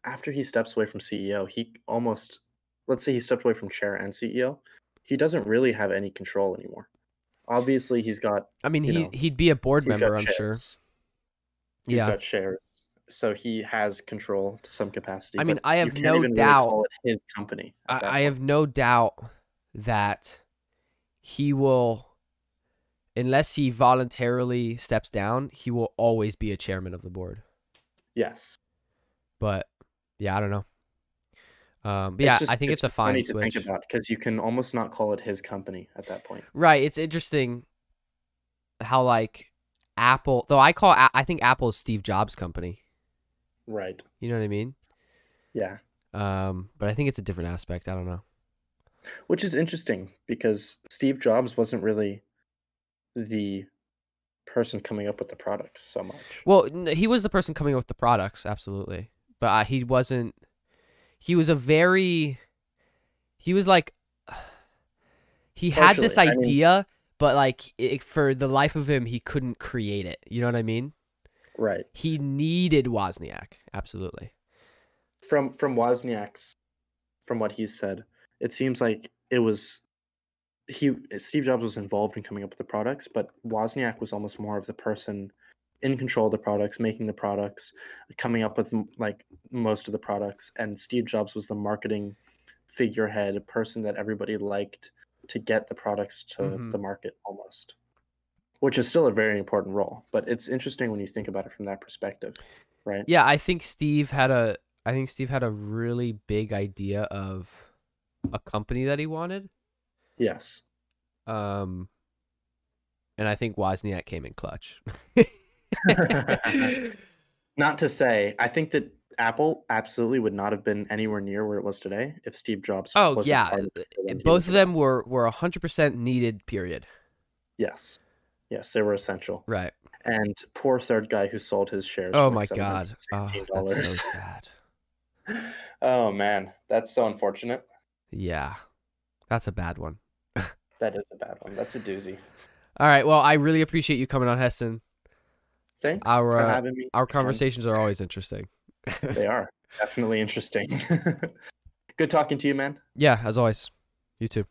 [SPEAKER 2] after he steps away from CEO, he almost let's say he stepped away from chair and CEO, he doesn't really have any control anymore. Obviously, he's got
[SPEAKER 1] I mean,
[SPEAKER 2] You
[SPEAKER 1] he
[SPEAKER 2] know,
[SPEAKER 1] he'd be a board
[SPEAKER 2] he's
[SPEAKER 1] member,
[SPEAKER 2] got
[SPEAKER 1] I'm sure.
[SPEAKER 2] shares. He's
[SPEAKER 1] Yeah,
[SPEAKER 2] got shares, so he has control to some capacity.
[SPEAKER 1] I mean,
[SPEAKER 2] but
[SPEAKER 1] I
[SPEAKER 2] you
[SPEAKER 1] have
[SPEAKER 2] can't
[SPEAKER 1] no
[SPEAKER 2] even really
[SPEAKER 1] doubt-
[SPEAKER 2] call it his company. at that
[SPEAKER 1] I, I have no doubt that he will, unless he voluntarily steps down, he will always be a chairman of the board.
[SPEAKER 2] point. yes,
[SPEAKER 1] But yeah, I don't know. Um, but yeah,
[SPEAKER 2] just-
[SPEAKER 1] I think it's, a
[SPEAKER 2] funny
[SPEAKER 1] fine
[SPEAKER 2] to
[SPEAKER 1] switch.
[SPEAKER 2] think about because you can almost not call it his company at that point.
[SPEAKER 1] Right. It's interesting how like Apple, though I call A- I think Apple's Steve Jobs company.
[SPEAKER 2] Right?
[SPEAKER 1] You know what I mean?
[SPEAKER 2] Yeah,
[SPEAKER 1] Um, but I think it's a different aspect. I don't know.
[SPEAKER 2] which is interesting because Steve Jobs wasn't really the person coming up with the products so much.
[SPEAKER 1] Well, n- he was the person coming up with the products, absolutely, but uh, he wasn't. He was a very. He was like. *sighs* He had this
[SPEAKER 2] Partially, I mean-
[SPEAKER 1] idea, but like it, for the life of him, he couldn't create it. You know what I mean?
[SPEAKER 2] Right.
[SPEAKER 1] He needed Wozniak, absolutely.
[SPEAKER 2] from from Wozniak's from what he said, it seems like it was he Steve Jobs was involved in coming up with the products, but Wozniak was almost more of the person in control of the products, making the products, coming up with m- like most of the products, and Steve Jobs was the marketing figurehead, a person that everybody liked to get the products to
[SPEAKER 1] Mhm.
[SPEAKER 2] the market almost. Which is still a very important role, but it's interesting when you think about it from that perspective, right?
[SPEAKER 1] Yeah, I think Steve had a I think Steve had a really big idea of a company that he wanted.
[SPEAKER 2] Yes.
[SPEAKER 1] Um and I think Wozniak came in
[SPEAKER 2] *laughs*
[SPEAKER 1] clutch. *laughs*
[SPEAKER 2] Not to say, I think that Apple absolutely would not have been anywhere near where it was today if Steve Jobs.
[SPEAKER 1] oh
[SPEAKER 2] wasn't
[SPEAKER 1] yeah,
[SPEAKER 2] part of it when he was
[SPEAKER 1] both of
[SPEAKER 2] around.
[SPEAKER 1] them were were 100% needed period.
[SPEAKER 2] Yes, yes, they were essential.
[SPEAKER 1] Right.
[SPEAKER 2] And poor third guy who sold his shares.
[SPEAKER 1] Oh
[SPEAKER 2] for
[SPEAKER 1] my
[SPEAKER 2] like
[SPEAKER 1] god. Oh,
[SPEAKER 2] $716.
[SPEAKER 1] that's
[SPEAKER 2] *laughs*
[SPEAKER 1] so sad.
[SPEAKER 2] oh man, that's so unfortunate.
[SPEAKER 1] Yeah. That's a bad one.
[SPEAKER 2] That is a bad one. That's a doozy.
[SPEAKER 1] All right, well, I really appreciate you coming on Hessen.
[SPEAKER 2] Thanks
[SPEAKER 1] Our,
[SPEAKER 2] for
[SPEAKER 1] uh,
[SPEAKER 2] having me.
[SPEAKER 1] Our
[SPEAKER 2] again.
[SPEAKER 1] conversations are always interesting. *laughs*
[SPEAKER 2] They are definitely interesting. *laughs* Good talking to you, man.
[SPEAKER 1] Yeah, as always. You too.